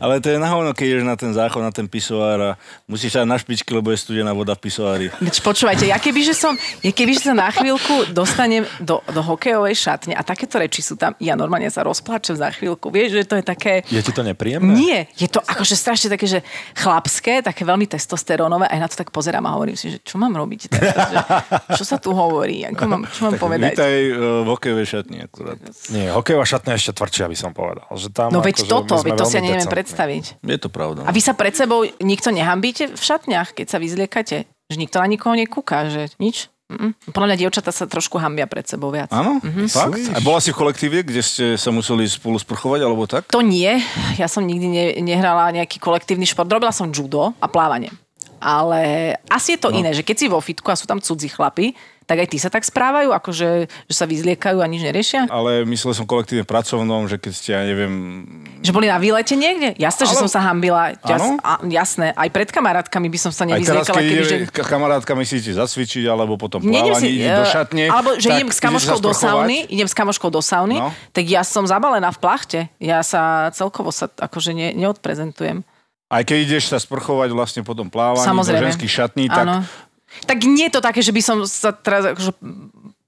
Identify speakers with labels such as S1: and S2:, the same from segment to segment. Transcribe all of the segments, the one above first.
S1: Ale to je nahovno, keď ideš na ten záchod, na ten pisoár a musíš sa na špičky, lebo je studená voda v pisoári.
S2: Veď počúvajte, ja keby, že som, ja keby, že sa na chvíľku dostanem do, do hokejovej šatne a takéto reči sú tam, ja normálne sa rozpláčem za chvíľku. Vieš, že to je také...
S3: Je ti to nepríjemné?
S2: Nie, je to akože strašne také, že chlapské, také veľmi testosterónové a ja na to tak pozerám a hovorím si, že čo mám robiť teraz? Že, čo sa tu hovorí? Ako mám, čo mám povedať?
S1: Vítaj e, v hokejovej šatni akurát.
S3: Nie, hokejová šatňa je ešte tvrdšia, by som povedal. Že tam
S2: No veď
S3: akože
S2: toto,
S3: my sme
S2: veď to si ja
S3: veľmi
S2: neviem
S3: decentní.
S2: predstaviť.
S1: Je to pravda.
S2: A vy sa pred sebou nikto nehambíte v šatniach, keď sa vyzliekate? Že nikto na nikoho nekúka, že nič? Mm-mm. Podľa mňa dievčatá sa trošku hambia pred sebou viac.
S1: Áno?
S2: Mhm.
S1: Mm-hmm. Fakt? A bola si v kolektíve, kde ste sa museli spolu sprchovať, alebo tak?
S2: To nie. Ja som nikdy ne, nehrala nejaký kolektívny šport. Robila som judo a plávanie. Ale asi je to no. iné, že keď si vo fitku a sú tam cudzí chlapi, tak aj tí sa tak správajú, akože že sa vyzliekajú a nič neriešia.
S1: Ale myslel som kolektívne pracovnom, že keď ste, ja neviem...
S2: Že boli na výlete niekde? Jasné, že
S1: Ale-
S2: som sa hambila. Jas,
S1: Áno.
S2: a, jasné, aj pred kamarátkami by som sa
S1: Aj teraz,
S2: nevyzliekala.
S1: keď
S2: keby, že...
S1: ide ka- kamarátka myslí ti zacvičiť, alebo potom
S2: Nejdem
S1: plávanie, ide
S2: eh,
S1: do šatne.
S2: Alebo že
S1: tak
S2: idem s
S1: ideš sa
S2: kamoškou do
S1: sprchovať.
S2: sauny, idem s kamoškou do sauny,
S1: No.
S2: no. tak ja som zabalená v plachte. Ja sa celkovo sa akože ne, neodprezentujem.
S1: Aj keď ideš sa sprchovať vlastne potom plávanie
S2: Samozrejme.
S1: do ženských šatní, tak
S2: Áno. Tak nie je to také, že by som sa teraz akože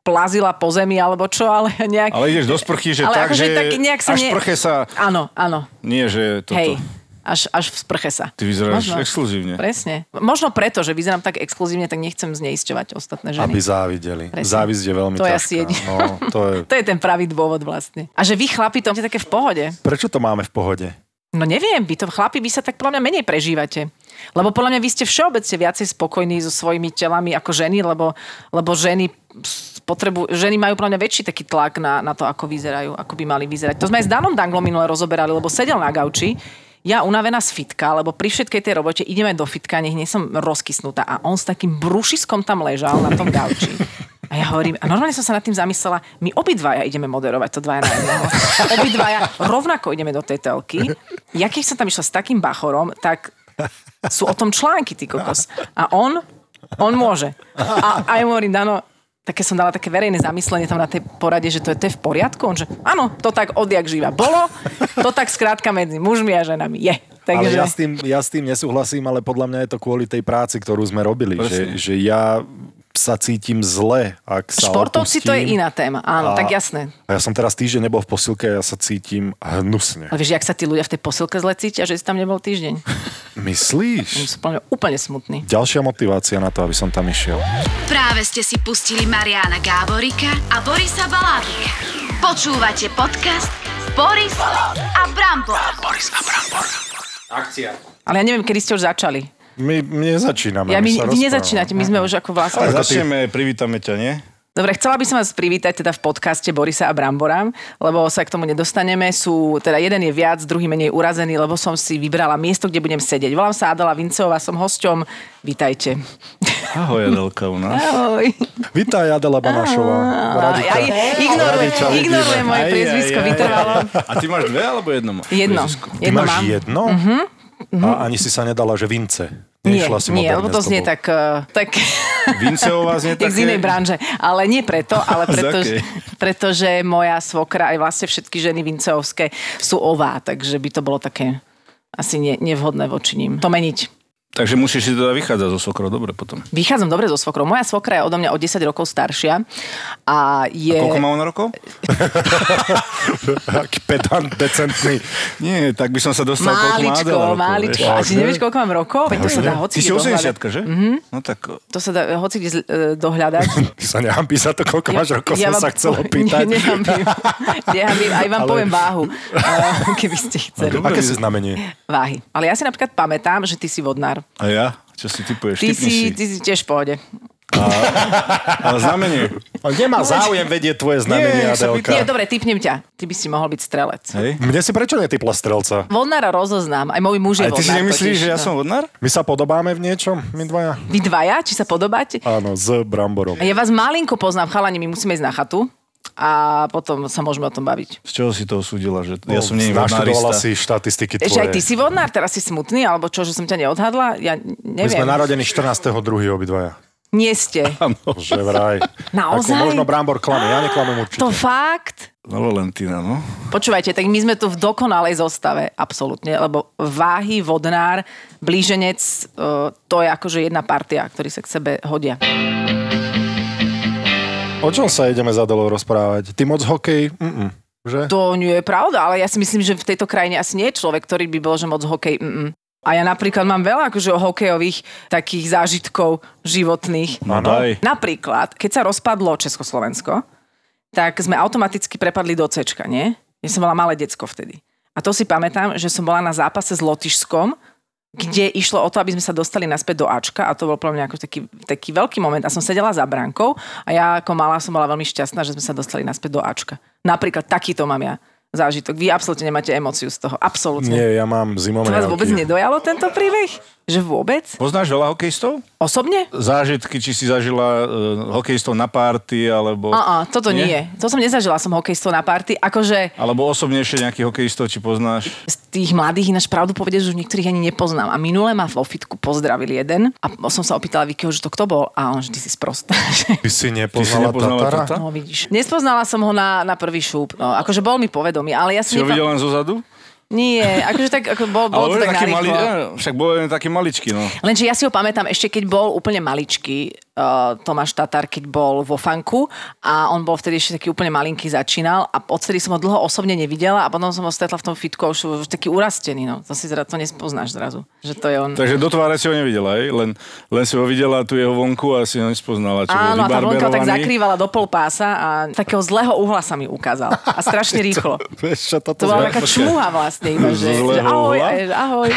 S2: plazila po zemi alebo čo, ale nejak...
S1: ale ideš do sprchy, že
S2: Ale
S1: tak,
S2: akože
S1: že
S2: tak nejak sa
S1: až
S2: ne-
S1: prche sa...
S2: Áno, áno.
S1: Nie, že toto.
S2: Hej, až, až v sprche sa.
S1: Ty vyzeráš
S2: Možno.
S1: exkluzívne.
S2: Presne. Možno preto, že vyzerám tak exkluzívne, tak nechcem zneisťovať ostatné ženy.
S3: Aby závideli.
S2: Presne.
S3: Závisť je veľmi
S2: To je
S3: ťažká.
S2: asi jediné.
S3: no, to je...
S2: To je ten pravý dôvod vlastne. A že vy chlapi to máte také v pohode.
S3: Prečo to máme v pohode?
S2: No neviem, vy to chlapi, vy sa tak podľa mňa menej prežívate. Lebo podľa mňa vy ste všeobecne viacej spokojní so svojimi telami ako ženy, lebo, lebo ženy s- potrebu, ženy majú podľa mňa väčší taký tlak na, na to, ako vyzerajú, ako by mali vyzerať. To sme aj s Danom Danglom minule rozoberali, lebo sedel na gauči, ja unavená z fitka, lebo pri všetkej tej robote ideme do fitka, nech nie som rozkysnutá. A on s takým brušiskom tam ležal na tom gauči. A ja hovorím, a normálne som sa nad tým zamyslela, my obidvaja ideme moderovať to dvaja na jedného. Obidvaja rovnako ideme do tej telky. Ja keď som tam išla s takým bachorom, tak sú o tom články, ty kokos. A on, on môže. A, a ja mu hovorím, Dano, také som dala také verejné zamyslenie tam na tej porade, že to je, to je v poriadku. On že, áno, to tak odjak živa bolo, to tak skrátka medzi mužmi a ženami je.
S3: Ale
S2: Takže,
S3: ja s, tým, ja s tým nesúhlasím, ale podľa mňa je to kvôli tej práci, ktorú sme robili. Že,
S1: Presne.
S3: že ja sa cítim zle, ak sa
S2: športovci to je
S3: opustím.
S2: iná téma, áno, tak jasné.
S3: A ja som teraz týždeň nebol v posilke a ja sa cítim hnusne.
S2: Ale vieš, jak sa tí ľudia v tej posilke zle cítia, že si tam nebol týždeň? Oni
S3: Myslíš?
S2: sú úplne, úplne smutní.
S3: Ďalšia motivácia na to, aby som tam išiel.
S4: Práve ste si pustili Mariana Gáborika a Borisa Balábika. Počúvate podcast Boris a Brambor.
S2: Ale ja neviem, kedy ste už začali.
S3: My, my nezačíname.
S2: Ja, my,
S3: sa
S2: vy
S3: rozprávame.
S2: nezačínate, my sme už ako vlastne...
S1: Ale
S3: Ako ty-
S1: začneme, privítame ťa, nie?
S2: Dobre, chcela by som vás privítať teda v podcaste Borisa a Brambora, lebo sa k tomu nedostaneme. Sú, teda jeden je viac, druhý menej urazený, lebo som si vybrala miesto, kde budem sedieť. Volám sa Adela Vincová, som hosťom. Vítajte.
S1: Ahoj, Adelka u nás.
S2: Ahoj.
S3: Vítaj, Adela Banášová. Radi
S2: Ja
S3: ťa-
S2: ignorujem,
S3: radi ťa vidíme.
S2: ignorujem moje
S1: Aj, aj,
S2: priezvisko,
S1: aj, aj.
S2: vytrvalo.
S1: A ty máš dve alebo jedno? máš?
S2: Jedno,
S1: Priezvisko.
S3: Ty
S2: jedno
S3: máš
S2: mám. Mhm.
S3: jedno? A ani si sa nedala, že vince.
S2: Nie,
S3: Nešla si
S2: nie,
S3: moderne
S2: lebo to
S3: s
S2: znie
S3: tobou.
S2: tak, eh, tak
S1: Vinceová znie také...
S2: tak z inej branže. Ale nie preto, ale
S1: Z
S2: preto,
S1: akej?
S2: pretože moja svokra aj vlastne všetky ženy vinceovské sú ová, takže by to bolo také asi ne, nevhodné voči ním. To meniť.
S1: Takže musíš si teda vychádzať zo sokrov, dobre potom.
S2: Vychádzam dobre so svokrou. Moja svokra je odo mňa o 10 rokov staršia a je...
S1: Koľko má ona rokov?
S3: Taký pedant, decentný.
S1: Nie, tak by som sa dostal, koľko má
S2: Máličko,
S1: Adela rokov,
S2: máličko.
S1: vieš.
S2: A ty nevieš, koľko mám rokov? Veď to sa dá hoci
S1: Ty si
S2: kde dohľadať.
S1: 80 že? Mm-hmm. No tak
S2: To sa dá hoci kde zl- eh, dohľadať.
S3: Ty sa nehambí za to, koľko máš rokov, som sa chcel opýtať.
S2: Ne, nehambím. Nehambím. Aj vám
S3: Ale-
S2: poviem váhu, eh, keby ste chceli.
S3: Aké si znamenie?
S2: váhy. Ale ja si napríklad pamätám, že ty si vodnár.
S1: a ja? Čo si typuješ?
S2: Ty
S1: Typni
S2: si, ty si tiež v pohode.
S1: Ale znamenie.
S3: Ale nemá záujem vedieť tvoje znamenie,
S1: Nie, nech sa
S3: Adelka.
S2: Nie, dobre, typnem ťa. Ty by si mohol byť strelec.
S1: Hej.
S3: Mne si prečo netypla strelca?
S2: Vodnára rozoznám, aj môj muž je
S1: A ty si
S2: vodnár
S1: nemyslíš,
S2: totiž.
S1: že ja
S2: No.
S1: som vodnár?
S3: My sa podobáme v niečom, my dvaja?
S2: Vy dvaja, či sa podobáte?
S3: Áno, s Bramborom.
S2: A ja vás malinko poznám, chalani, my musíme ísť na chatu a potom sa môžeme o tom baviť.
S1: Z čoho si to osúdila, že ja som nie
S3: Naštudovala
S1: vodnárista?
S3: si štatistiky tvoje.
S2: Ešte aj ty si vodnár, teraz si smutný, alebo čo, že som ťa neodhadla? Ja
S3: My
S2: neviem.
S3: sme narodení 14.2. obidvaja.
S2: Nie ste.
S1: Áno.
S3: Že vraj.
S2: Naozaj?
S3: Ako možno Brambor klame, ja neklamem určite.
S2: To fakt?
S1: No Valentína, no.
S2: Počúvajte, tak my sme tu v dokonalej zostave, absolútne, lebo váhy, vodnár, blíženec, e, to je akože jedna partia, ktorí sa k sebe hodia.
S3: O čom sa ideme za dolo rozprávať? Ty moc hokej? Mm-mm. Že?
S2: To nie je pravda, ale ja si myslím, že v tejto krajine asi nie je človek, ktorý by bol, že moc hokej. Mm-mm. A ja napríklad mám veľa akože hokejových takých zážitkov životných.
S1: No daj.
S2: Napríklad, keď sa rozpadlo Československo, tak sme automaticky prepadli do C, nie? Ja som bola malé decko vtedy. A to si pamätám, že som bola na zápase s Lotyšskom, kde išlo o to, aby sme sa dostali naspäť do Ačka a to bol pre mňa ako taký, taký veľký moment. A som sedela za bránkou a ja ako malá som bola veľmi šťastná, že sme sa dostali naspäť do Ačka. Napríklad takýto mám ja zážitok. Vy absolútne nemáte emóciu z toho. Absolútne.
S3: Nie, ja mám zimom
S2: To vás vôbec nedojalo tento príbeh? Že vôbec?
S1: Poznáš veľa hokejistov?
S2: Osobne?
S1: Zážitky, či si zažila uh, hokejistov na párty, alebo...
S2: A, a toto nie. nie. To som nezažila, som hokejistov na party. Akože
S1: Alebo osobnejšie nejakých hokejistov, či poznáš?
S2: z tých mladých ináč pravdu povedať, že už niektorých ani nepoznám. A minule ma vo fitku pozdravil jeden a som sa opýtala Vikyho, že to kto bol. A on, že ty si sprostá.
S3: Ty si
S1: Ty si
S3: nepoznala,
S1: nepoznala
S3: Tatara?
S1: Tata?
S2: No vidíš. Nespoznala som ho na, na prvý šúp. No, akože bol mi povedomý, ale ja
S1: Si
S2: si
S1: ho
S2: nepa-
S1: videl len zo zadu?
S2: Nie, akože tak ako bol, bol
S1: Ale
S2: to tak
S1: taký
S2: narýchlo.
S1: malý, á, e, však bol len taký maličký, no.
S2: Lenže ja si ho pamätám ešte, keď bol úplne maličký uh, Tomáš Tatar, keď bol vo fanku a on bol vtedy ešte taký úplne malinký, začínal a odtedy som ho dlho osobne nevidela a potom som ho stretla v tom fitku a už, už taký urastený, no. To si zra, to nespoznáš zrazu, že to je on.
S1: Takže do tváre si ho nevidela, hej? Len, len si ho videla tu jeho vonku a si ho nespoznala. Čo
S2: Áno, a tá vonka ho tak
S1: zakrýva.
S2: zakrývala do pol pása a takého zlého uhla sa mi ukázal. A strašne rýchlo.
S3: Vieš, čo toto
S2: To bola
S3: sme-
S2: taká čmuha vlastne. Iba, že,
S1: Zo
S2: že
S1: zlého
S2: ahoj,
S1: uhla?
S2: a je, že ahoj.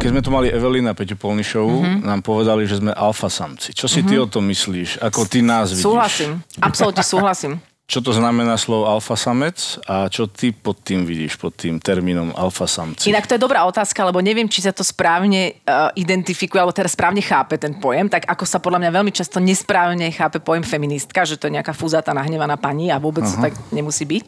S1: Keď sme tu mali Evelina Peťu Polnišovu,
S2: Mhm.
S1: mm-hmm. nám povedali, že sme alfa samci. Čo si mm-hmm. ty o tom myslíš? Ako ty nás vidíš?
S2: Súhlasím, absolútne súhlasím.
S1: Čo to znamená slovo alfa samec a čo ty pod tým vidíš, pod tým termínom alfa samci?
S2: Inak to je dobrá otázka, lebo neviem, či sa to správne uh, identifikuje, alebo teraz správne chápe ten pojem, tak ako sa podľa mňa veľmi často nesprávne chápe pojem feministka, že to je nejaká fúzata nahnevaná pani a vôbec to tak nemusí byť.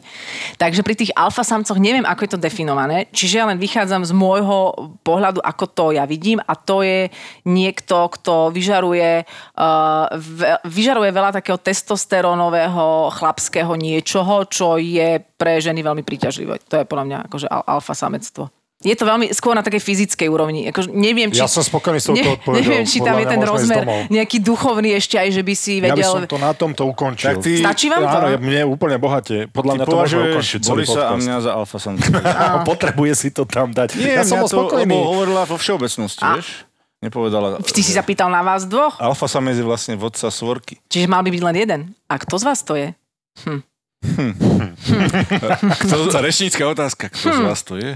S2: Takže pri tých alfasamcoch neviem, ako je to definované, čiže ja len vychádzam z môjho pohľadu, ako to ja vidím a to je niekto, kto vyžaruje, uh, ve, vyžaruje veľa takého testosterónového chlapského niečoho, čo je pre ženy veľmi príťažlivé. To je podľa mňa akože al, alfa samectvo. Je to veľmi skôr na takej fyzickej úrovni. Ako, neviem, či,
S3: Ja som spokojný s touto odpoveďou.
S2: Neviem, či tam je
S3: Podľa mňa
S2: ten
S3: môžeme ísť
S2: rozmer
S3: domov.
S2: nejaký duchovný ešte aj, že by si
S3: Ja by som
S2: vedel...
S3: to na tomto ukončil.
S1: Tak ty-
S2: Stačí vám to?
S3: Áno, ja- mne úplne bohate. Podľa
S1: Ty
S3: mňa to môžeme ukončiť
S1: považuješ
S3: celý
S1: Borisa a
S3: podcast.
S1: mňa za alfa samca.
S3: Áno, Potrebuje si to tam dať. ja som bol spokojný.
S1: lebo hovorila vo všeobecnosti,
S2: A-
S1: vieš? Nepovedala.
S2: Ty si zapýtal na vás dvoch,
S1: Alfa samec je vlastne vodca svorky.
S2: čiže mal by byť len jeden. A kto z vás to je?
S1: Kto, rečnícka otázka, kto z vás Hm. to je?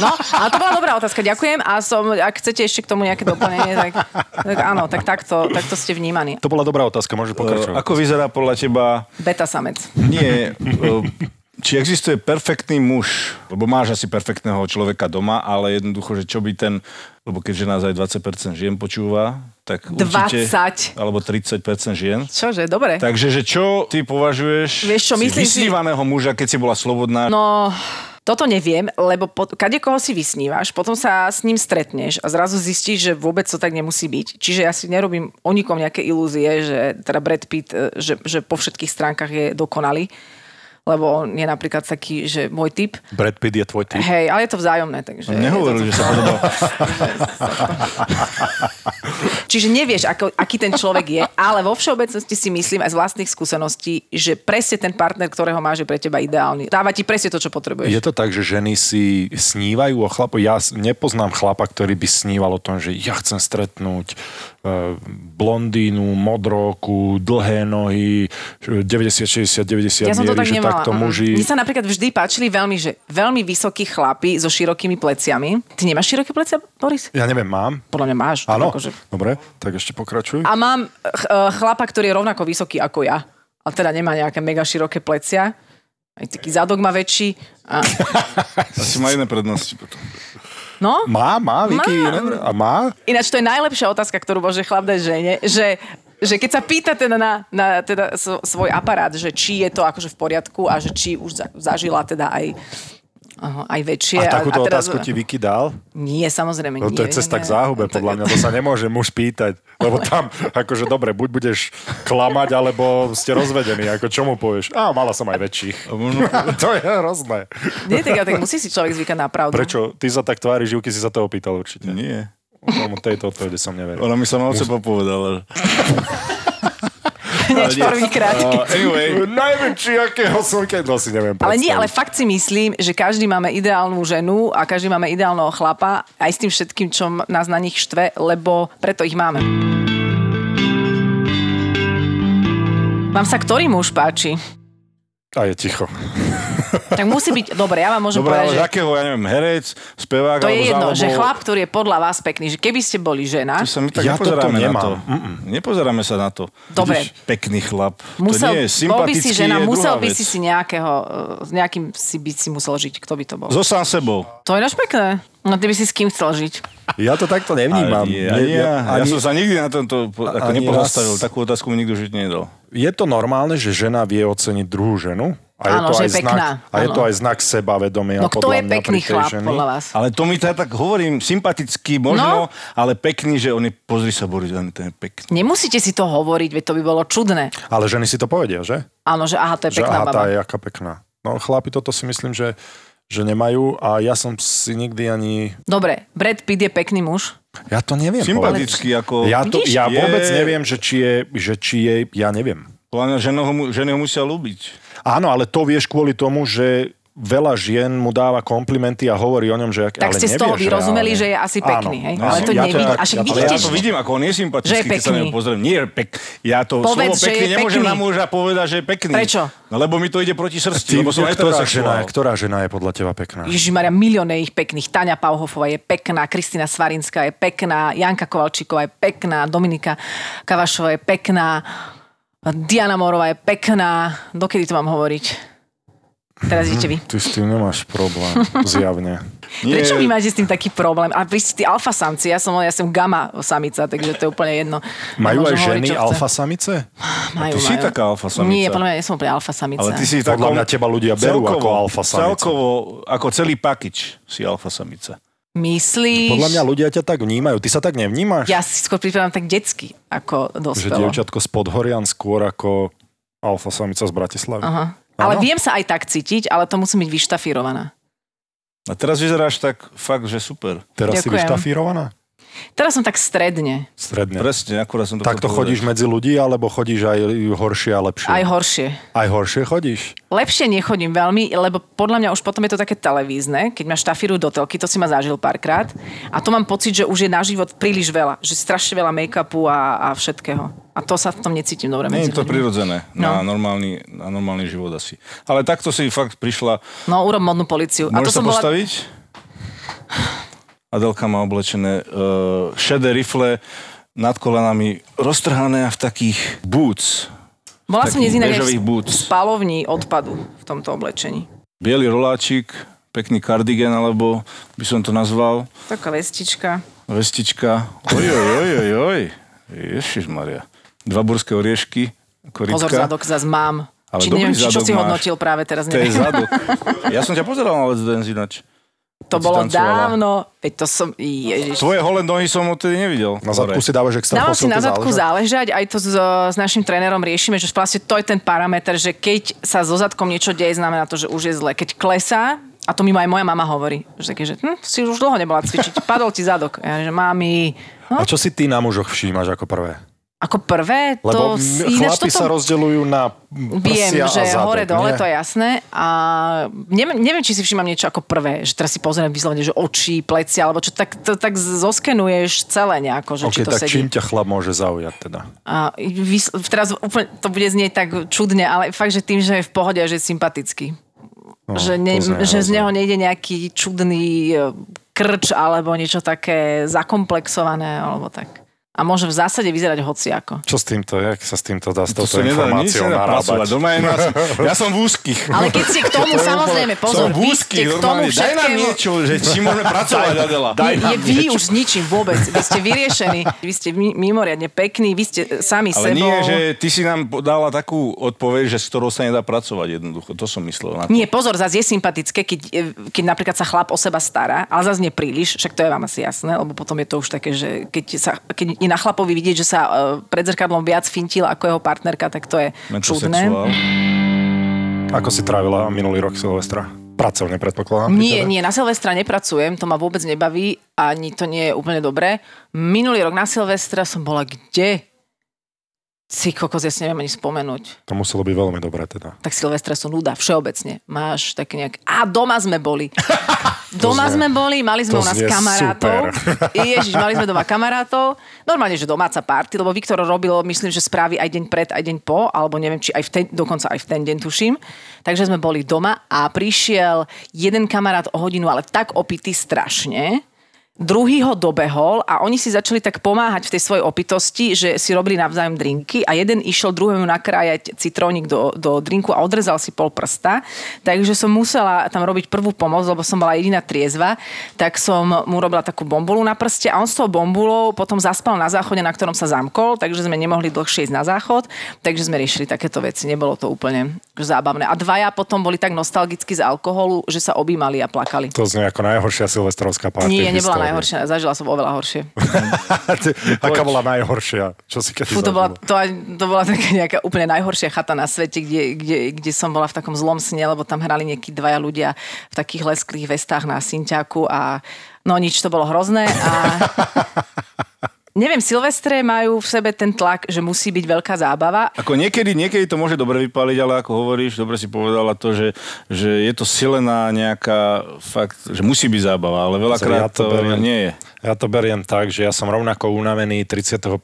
S2: No, ale to bola dobrá otázka, ďakujem. A som, ak chcete ešte k tomu nejaké doplnenie, tak, tak áno, tak takto, takto ste vnímaní.
S3: To bola dobrá otázka, môže pokračovať.
S1: Ako vyzerá podľa teba,
S2: Beta samec.
S1: nie, eh, či existuje perfektný muž, lebo máš asi perfektného človeka doma, ale jednoducho, že čo by ten, lebo keďže nás aj 20% žien počúva, tak určite,
S2: 20.
S1: alebo 30% žien,
S2: Čože, dobre.
S1: Takže, že čo ty považuješ
S2: Vieš čo,
S1: si
S2: myslím si-
S1: vysnívaného muža, keď si bola slobodná?
S2: No, toto neviem, lebo po, kade koho si vysnívaš, potom sa s ním stretneš a zrazu zistíš, že vôbec to tak nemusí byť. Čiže ja si nerobím o nikom nejaké ilúzie, že teda Brad Pitt, e, že, že po všetkých stránkach je dokonalý, lebo on je napríklad taký, že môj typ.
S3: Brad Pitt je tvoj typ.
S2: Hej, ale je to vzájomné, takže... je to-
S1: Nehovoril, že sa podobal.
S2: Čiže nevieš, ako, aký ten človek je, ale vo všeobecnosti si myslím aj z vlastných skúseností, že presne ten partner, ktorého máš, je pre teba ideálny. Dáva ti presne to, čo potrebuješ.
S3: Je to tak, že ženy si snívajú o chlapu. Ja s- nepoznám chlapa, ktorý by sníval o tom, že ja chcem stretnúť e, blondínu, modróku, dlhé nohy, že 90, 60, 90
S2: Ja som to
S3: miery,
S2: tak
S3: že
S2: nemala.
S3: takto
S2: Mm, mm.
S3: muži...
S2: Mne sa napríklad vždy páčili veľmi, že veľmi vysokí chlapi so širokými pleciami. Ty nemáš široké plecia, Boris?
S3: Ja neviem, mám?
S2: Podľa mňa máš. tak
S3: Áno?
S2: Akože.
S3: Dobre, tak ešte pokračuj.
S2: A mám ch- eh, chlapa, ktorý je rovnako vysoký ako ja. A teda nemá nejaké mega široké plecia. Aj taký zadok má väčší. A...
S1: Asi má iné prednosti potom.
S2: No?
S3: Má, má, Vicky?
S2: Mám.
S3: neviem, A má?
S2: Ináč to je najlepšia otázka, ktorú môže chlap dať žene, že že keď sa pýta teda na, na teda svo- svoj aparát, že či je to akože v poriadku a že či už za- zažila teda aj, aha, aj väčšie.
S3: A takúto
S2: teraz-
S3: otázku ti Vicky dal?
S2: Nie, samozrejme
S3: No
S2: nie.
S3: to je cesta k záhube, podľa mňa. To sa nemôže muž pýtať.
S2: No.
S3: Lebo tam, akože dobre, buď budeš klamať, alebo ste rozvedení, ako čo mu povieš? A mala som aj väčších.
S5: No.
S3: to je hrozné.
S2: Nie, tak, ale tak musí si človek zvykať na pravdu.
S3: Prečo? Ty sa tak tvári, živky si sa to opýtal určite.
S1: Nie.
S3: Tomu tejto odpovede som neveril.
S1: Ona mi sama od seba povedala.
S2: Hneď prvýkrát.
S1: Uh, anyway,
S3: Najväčší, akého som keď... No si neviem
S2: Ale nie, ale
S3: predstaviť.
S2: fakt si myslím, že každý máme ideálnu ženu a každý máme ideálneho chlapa, aj s tým všetkým, čo m- nás na nich štve, lebo preto ich máme. Vám sa ktorý muž páči?
S3: A je ticho.
S2: Tak musí byť, dobre, ja vám môžem
S1: dobre, ale
S2: povedať,
S1: z
S2: že
S1: akého, ja neviem, herec, spevák,
S2: to
S1: alebo
S2: je jedno,
S1: zálobo,
S2: že chlap, ktorý je podľa vás pekný, že keby ste boli žena,
S1: To sa my tak
S3: Ja toto
S1: nepozeráme na
S3: nemám.
S1: to.
S3: Mm-mm.
S1: Nepozeráme sa na to.
S2: Dobre.
S1: Vidíš, pekný chlap. to nie
S2: musel,
S1: je
S2: bol by
S1: sympatický,
S2: si žena,
S1: je
S2: musel
S1: druhá
S2: by
S1: vec.
S2: si si nejakého, e, s nejakým si by si musel žiť, kto by to bol.
S1: So sám sebou.
S2: To je naš pekné. No ty by si s kým chcel žiť?
S5: Ja to takto nevnímam.
S1: Ani, ani, ja, ja som sa nikdy na tomto po- ako
S5: ani
S1: nepozastavil.
S5: raz.
S1: Takú otázku mi nikto žiť nedal.
S3: Je to normálne, že žena vie oceniť druhú ženu? A je
S2: Áno,
S3: to
S2: že
S3: aj
S2: je pekná.
S3: Znak, a je
S2: Áno.
S3: to aj znak sebavedomia.
S2: No kto
S3: podľa
S2: je
S3: mňa pri
S2: pekný
S3: tej
S2: chlap
S3: ženi.
S2: podľa vás?
S1: Ale to mi teda tak hovorím, sympatický možno, no. ale pekný, že oni, pozri sa Boris, on ten je pekný.
S2: Nemusíte si to hovoriť, veď to by bolo čudné.
S3: Ale ženy si to povedia, že?
S2: Áno, že aha, to je
S3: Že
S2: pekná
S3: aha,
S2: baba.
S3: tá je aká pekná. No chlapi toto si myslím, že, že nemajú a ja som si nikdy ani...
S2: Dobre, Brad Pitt je pekný muž.
S3: Ja to neviem povedať.
S1: Sympatický ako...
S3: Ja, to,
S2: Vidíš?
S3: ja
S1: Je-
S3: vôbec neviem, že či je, že či je, ja neviem.
S1: Podľa mňa ženy ho, mu- ženy ho musia ľúbiť.
S3: Áno, ale to vieš kvôli tomu, že veľa žien mu dáva komplimenty a hovorí o ňom, že...
S2: Tak ste z toho vyrozumeli, že je asi pekný,
S3: No,
S2: hej? Ale to nevidí- a však
S1: Ale
S2: vidíte,
S1: ja
S2: že-
S1: to vidím, ako on je sympatický,
S2: Že je
S1: keď sa na
S2: pekný.
S1: neho pozriem. Nie je pek... Ja to
S2: Povedz,
S1: slovo
S2: že
S1: pekný
S2: je
S1: nemôžem
S2: pekný.
S1: na muža povedať, že je pekný.
S2: Prečo?
S1: No, lebo mi to ide proti srsti,
S3: Ty,
S1: lebo som
S3: ktorá, žena,
S1: heterosexuál.
S3: ktorá žena je podľa teba pekná?
S2: Ježišmaria, milión je ich pekných. Tania Pauhofová je pekná, Kristina Svarinská je pekná, Janka Kovalčíková je pekná, Dominika Kavašová je pekná, Diana Morová je pekná. Dokedy to mám hovoriť? Teraz idete vy.
S3: Ty s tým nemáš problém, zjavne.
S1: Nie.
S2: Prečo vy máte s tým taký problém? A vy ste tí alfa samci, ja som, ja som gamma samica, takže to je úplne jedno. Ja
S3: Majú aj
S2: môžem hovoriť,
S3: ženy
S2: čo chcem.
S3: alfa samice?
S2: Majú,
S1: Ty si
S2: majú.
S1: taká alfa samica.
S2: Nie, podľa mňa nie som úplne alfa samica.
S1: Ale ty si
S3: Podľa
S1: takom-
S3: mňa teba ľudia berú ako alfa samicu.
S1: Celkovo, ako celý pakič si alfa samica.
S2: Myslíš?
S3: Podľa mňa ľudia ťa tak vnímajú. Ty sa tak nevnímaš?
S2: Ja si skôr pripadám tak detsky, ako
S3: Že
S2: dospelo.
S3: dievčatko z Podhorian skôr ako alfa samica z Bratislavy.
S2: Aha. No. Ale
S3: Áno.
S2: viem sa aj tak cítiť, ale to musím byť vyštafírovaná.
S1: A teraz vyzeráš tak fakt, že super.
S3: Teraz si
S2: Ďakujem.
S3: vyštafírovaná?
S2: Teraz som tak stredne,
S3: Stredne.
S1: Presne, akurát som to
S3: Takto
S1: chcel
S3: chodíš
S1: povedať.
S3: medzi ľudí, alebo chodíš aj horšie a lepšie?
S2: aj horšie.
S3: aj horšie chodíš?
S2: Lepšie nechodím veľmi, lebo podľa mňa už potom je to také televízne, keď ma štafíru do telky, to si ma zažil párkrát. A to mám pocit, že už je na život príliš veľa, že strašne veľa make-upu a, a všetkého. A to sa v tom necítim dobre.
S1: Nie
S2: medzi
S1: je to
S2: ľuďmi.
S1: prirodzené na,
S2: No.
S1: normálny, na normálny život asi. Ale takto si fakt prišla.
S2: No, urob modnú policiu.
S1: Môžeš
S2: to
S1: sa postaviť? Adelka má oblečené uh, šedé rifle nad kolenami roztrhané a v takých boots.
S2: Bola som
S1: Takých
S2: dnes inak
S1: bežových
S2: v
S1: boots.
S2: spalovni odpadu v tomto oblečení.
S1: Bielý roláčik, pekný kardigan, alebo by som to nazval,
S2: Taká vestička.
S1: vestička. Oj, oj, oj, oj, oj. Ježišmaria. Dva burské oriešky, koritka.
S2: Pozor, zadok zase mám.
S1: Ale
S2: Či
S1: dobrý
S2: neviem, či čo
S1: zadok
S2: si
S1: máš.
S2: hodnotil práve teraz.
S1: To je
S2: Neviem.
S1: zadok. Ja som ťa pozeral na Let's Dance ináč.
S2: to
S1: si
S2: bolo
S1: tancovala.
S2: dávno. Veď to som... Ježiš.
S1: Tvoje holé nohy som odtedy nevidel.
S3: Na zadku si dávaš extra
S2: Dávam si
S3: posilky
S2: na zadku záležať, aj to s, s našim trénerom riešime, že vlastne to je ten parameter, že keď sa so zadkom niečo deje, znamená to, že už je zle. Keď klesá, a to mi aj moja mama hovorí, že, také, že hm, si už dlho nebola cvičiť, padol ti zadok. Ja, že mami, no,
S3: A čo si ty na mužoch všímaš ako prvé?
S2: ako prvé, to...
S3: Lebo m-
S2: ináč
S3: chlapi
S2: toto-
S3: sa rozdeľujú na
S2: Viem,
S3: prsia
S2: že
S3: a zadok.
S2: hore dole,
S3: nie?
S2: to je jasné. A neviem, neviem, či si všímam niečo ako prvé, že teraz si pozriem vyslovene, že oči, plecia, alebo čo, tak, to, tak zoskenuješ celé nejako, že
S3: Okay,
S2: či to
S3: tak
S2: sedí.
S3: čím ťa chlap môže zaujať teda?
S2: A vys- teraz úplne, to bude znieť tak čudne, ale fakt, že tým, že je v pohode, a že je sympatický. No, že, ne,
S3: to znie
S2: že z
S3: hrozne.
S2: neho nejde nejaký čudný e, krč alebo niečo také zakomplexované alebo tak. A môže v zásade vyzerať hociako.
S3: Čo s týmto, jak sa s týmto dá s
S1: To sa
S3: touto
S1: nedá nič
S3: informáciou
S1: nedá pracovať.
S3: narábať?
S1: Doma je nás, ja som v úzkých.
S2: Ale keď ste k tomu, samozrejme,
S1: som
S2: pozor,
S1: v
S2: vy
S1: úzkých,
S2: ste k tomu
S1: normálne. Daj nám
S2: všetkému...
S1: niečo, že či môžeme pracovať, Adela.
S2: Vy, je, vy už s ničím vôbec. Vy ste vyriešení. Vy ste mi- mimoriadne pekní. Vy ste e, sami
S1: Ale
S2: sebou.
S1: nie, že ty si nám dala takú odpoveď, že s ktorou sa nedá pracovať jednoducho. To som myslel na to.
S2: Nie, pozor, zase je sympatické, keď, e, keď napríklad sa chlap o seba stará, ale zase nie príliš, však to je vám asi jasné, lebo potom je to už také, že keď, sa, keď je na chlapovi vidieť, že sa e, pred zrkadlom viac fintil ako jeho partnerka, tak to je čudné.
S1: Metrosexuál.
S3: Ako si trávila minulý rok Silvestra? Pracovne predpokladám. pri
S2: Nie,
S3: tebe?
S2: nie, na Silvestra nepracujem, to ma vôbec nebaví, ani to nie je úplne dobré. Minulý rok na Silvestra som bola kde? Si kokos, ja si neviem ani spomenúť.
S3: To muselo byť veľmi dobré teda.
S2: Tak Silvestre sú nuda, všeobecne. Máš také nejak... A doma sme boli. Doma
S3: znie-
S2: sme boli, mali sme
S3: to
S2: u nás
S3: znie
S2: kamarátov.
S3: super.
S2: Ježiš, mali sme doma kamarátov. Normálne, že domáca party, lebo Viktor robil, myslím, že správy aj deň pred, aj deň po, alebo neviem, či aj v ten, dokonca aj v ten deň tuším. Takže sme boli doma a prišiel jeden kamarát o hodinu, ale tak opitý strašne. Druhý ho dobehol a oni si začali tak pomáhať v tej svojej opitosti, že si robili navzájom drinky a jeden išiel druhému nakrájať citrónik do, do drinku a odrezal si pol prsta. Takže som musela tam robiť prvú pomoc, lebo som bola jediná triezva, tak som mu robila takú bombulu na prste a on s tou bombulou potom zaspal na záchode, na ktorom sa zamkol, takže sme nemohli dlhšie ísť na záchod, takže sme riešili takéto veci, nebolo to úplne zábavné. A dvaja potom boli tak nostalgicky z alkoholu, že sa objímali a plakali.
S3: To znie ako najhoršia silvestrovská party.
S2: Nie,
S3: v
S2: nebola
S3: histórii.
S2: najhoršia, zažila som oveľa horšie.
S3: Ty, aká bola najhoršia? Čo si kedy
S2: Fú, to, bola,
S3: zažila?
S2: to, to bola taká nejaká úplne najhoršia chata na svete, kde, kde, kde som bola v takom zlom sne, lebo tam hrali nejakí dvaja ľudia v takých lesklých vestách na Sinťaku a no nič, to bolo hrozné a neviem, Silvestre majú v sebe ten tlak, že musí byť veľká zábava.
S1: Ako niekedy, niekedy to môže dobre vypáliť, ale ako hovoríš, dobre si povedala to, že, že je to silená nejaká fakt, že musí byť zábava, ale veľakrát
S3: Ja to
S1: to
S3: beriem.
S1: nie je.
S3: Ja to beriem tak, že ja som rovnako unavený 31.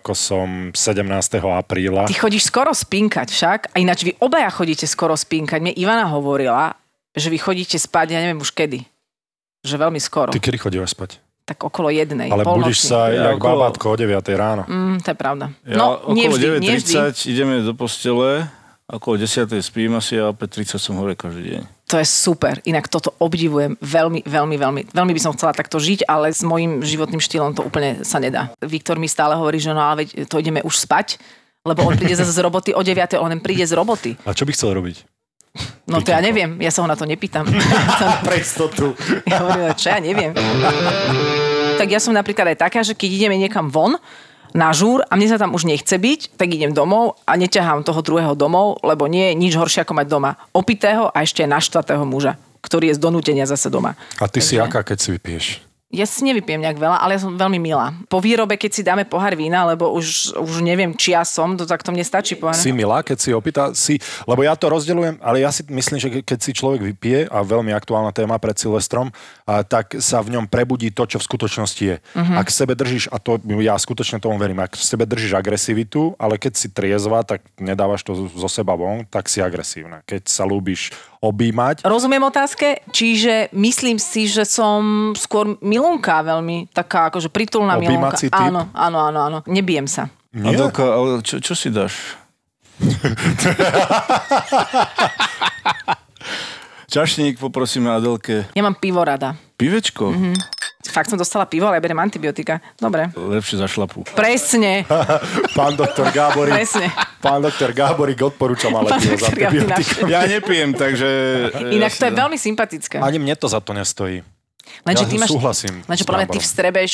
S3: ako som 17. apríla.
S2: Ty chodíš skoro spinkať však, a ináč vy obaja chodíte skoro spinkať. Mne Ivana hovorila, že vy chodíte spať, ja neviem už kedy. Že veľmi skoro.
S3: Ty kedy chodíš spať?
S2: Tak okolo jednej.
S3: Ale
S2: polnoci.
S3: budíš sa
S1: Ja
S3: ja jak
S1: okolo-
S3: babátko o 9. ráno.
S2: Mm, to je pravda.
S1: Ja
S2: no,
S1: okolo
S2: nie vždy, nie vždy.
S1: 9.30 ideme do postele, okolo 10.00 spím asi a opäť 30 som hore každý deň.
S2: To je super. Inak toto obdivujem veľmi, veľmi, veľmi. Veľmi by som chcela takto žiť, ale s mojím životným štýlom to úplne sa nedá. Viktor mi stále hovorí, že no ale veď to ideme už spať, lebo on príde zase z roboty o 9, on len príde z roboty.
S3: A čo by chcel robiť?
S2: No to ja neviem, ja sa ho na to nepýtam.
S3: Pre istotu.
S2: Ja hovorím, čo ja neviem. Tak ja som napríklad aj taká, že keď ideme niekam von, na žúr a mne sa tam už nechce byť, tak idem domov a neťahám toho druhého domov, lebo nie je nič horšie ako mať doma opitého a ešte aj naštvatého muža, ktorý je z donútenia zase doma.
S3: A ty si aká, keď si vypiješ?
S2: Ja si nevypijem nejak veľa, ale ja som veľmi milá. Po výrobe, keď si dáme pohár vína, lebo už, už neviem, či ja som, to tak to mne stačí pohár.
S3: Si milá, keď si opýta, si, lebo ja to rozdeľujem, ale ja si myslím, že ke- keď si človek vypije, a veľmi aktuálna téma pred Silvestrom, a tak sa v ňom prebudí to, čo v skutočnosti je.
S2: Mhm.
S3: Uh-huh. Ak sebe držíš, a to ja skutočne tomu verím, ak v sebe držíš agresivitu, ale keď si triezva, tak nedávaš to zo- zo seba von, tak si agresívna. Keď sa ľúbiš objímať,
S2: Rozumiem otázke, čiže myslím si, že som skôr milunka veľmi, taká akože pritulná milunka.
S3: Objímací typ?
S2: Áno, áno, áno, áno. Nebijem sa.
S1: Nie? Adelka, ale čo, čo si dáš? Čašník poprosíme Adelke.
S2: Ja mám pivo rada.
S1: Pivečko?
S2: Mhm.
S1: Mm-hmm.
S2: Fakt som dostala pivo, ale ja berem antibiotika. Dobre.
S1: Lepšie za šlapu.
S2: Presne,
S3: pán doktor Gáborík,
S2: presne.
S3: pán doktor Gáborík odporúča malé
S2: Pán
S3: pivo za
S2: doktor Gáborík
S3: antibiotika.
S2: našiel.
S1: Ja nepijem, takže... eh,
S2: Inak
S1: ja si
S2: to je
S1: dám.
S2: veľmi sympatické.
S3: Ani mne to za to nestojí.
S2: Lenže
S3: no. ja
S2: ty máš,
S3: súhlasím
S2: Lenže
S3: s
S2: podľa mňa ty
S3: Gáborom.
S2: vstrebeš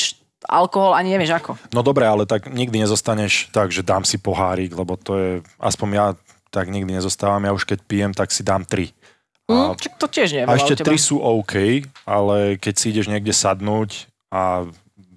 S2: alkohol ani nevieš ako.
S3: No dobre, ale tak nikdy nezostaneš tak, že dám si pohárik, lebo to je, aspoň ja tak nikdy nezostávam, ja už keď pijem, tak si dám tri.
S2: Hm, čo to tiež neviem.
S3: A ešte tri sú OK, ale keď si ideš niekde sadnúť a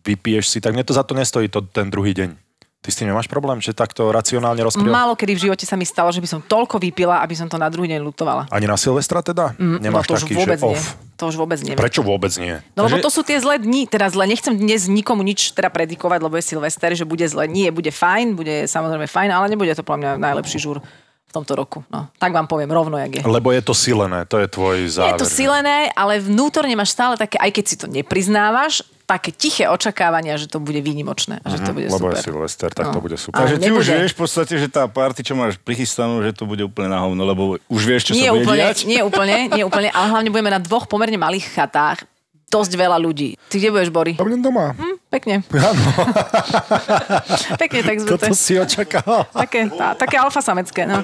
S3: vypiješ si, tak mne to za to nestojí to, ten druhý deň. Ty s tým nemáš problém, že takto racionálne rozpríjel?
S2: Málo kedy v živote sa mi stalo, že by som toľko vypila, aby som to na druhý deň lutovala.
S3: Ani na Silvestra teda? Mm, Nemáš
S2: no, to už
S3: taký,
S2: vôbec
S3: že
S2: nie.
S3: off.
S2: To už vôbec neviem.
S3: Prečo vôbec nie?
S2: No lebo to sú tie zlé dni, teda zle, nechcem dnes nikomu nič teda predikovať, lebo je Silvester, že bude zle. Nie, bude fajn, bude samozrejme fajn, ale nebude to podľa mňa najlepší žúr v tomto roku. No, tak vám poviem rovno, jak je.
S3: Lebo je to silené, to je tvoj
S2: Je
S3: záver.
S2: to
S3: že?
S2: silené, ale vnútorne máš stále také, aj keď si to nepriznávaš, také tiché očakávania, že to bude výnimočné a že to bude
S3: Mhm, Lebo
S2: super. No.
S3: je Silvester, tak to bude super.
S1: Takže
S2: Ale
S1: ty už
S2: nebude.
S1: vieš v podstate, že tá party, čo máš prichystanú, že to bude úplne na hovno, lebo už vieš, čo
S2: nie
S1: sa bude
S2: úplne,
S1: diať.
S2: nie úplne, nie úplne, ale hlavne budeme na dvoch pomerne malých chatách, dosť veľa ľudí. Ty kde budeš, Bori?
S3: Ja budem doma.
S2: Hm, pekne. pekne, tak zve-
S3: Toto si očakával.
S2: Také, tá, také alfasamecké, no.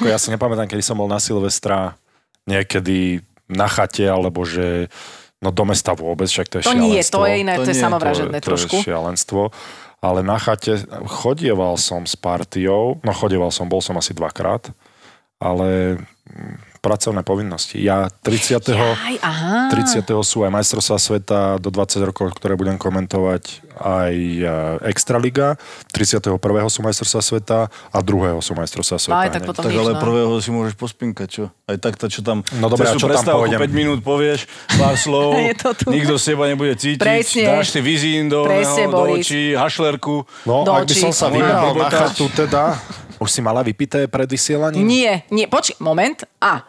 S3: Ako ja si nepamätám, kedy som bol na Silvestra niekedy na chate, alebo že no do mesta vôbec, však to je
S2: To
S3: šialenstvo.
S2: nie, to je iné,
S1: To
S2: to, je
S1: nie,
S2: samovražedné
S3: to, je-
S2: trošku.
S3: To je šialenstvo. A ale na chate chodieval som s partiou, no chodieval som, bol som asi dvakrát, ale mm, pracovné povinnosti. Ja 30.
S2: Aj, aha.
S3: 30. sú aj majstrovstvá sveta do 20 rokov, ktoré budem komentovať, aj e, Extraliga. 31. sú majstrovstvá sveta a 2. sú majstrovstvá sveta.
S2: Aj, tak
S3: hneď.
S2: potom
S1: Tak
S2: nič,
S1: ale
S2: no.
S1: prvého si môžeš pospinkať, čo? Aj tak, tá, čo tam...
S3: No dobré,
S1: cez tú
S3: a čo tam
S1: prestávku
S3: pôjdem?
S1: 5 minút povieš, pár slov,
S2: Je to tu.
S1: nikto z teba nebude cítiť,
S2: Presne.
S1: dáš si vizín do,
S2: Presne,
S1: neho, do
S2: Boris.
S1: očí, hašlerku.
S3: No,
S2: Do
S3: ak by
S2: očí.
S3: som sa
S1: Budem
S3: vybral na
S1: blbotať.
S3: chatu teda, už si mala vypité pred vysielaním?
S2: Nie, nie, poč, moment. A,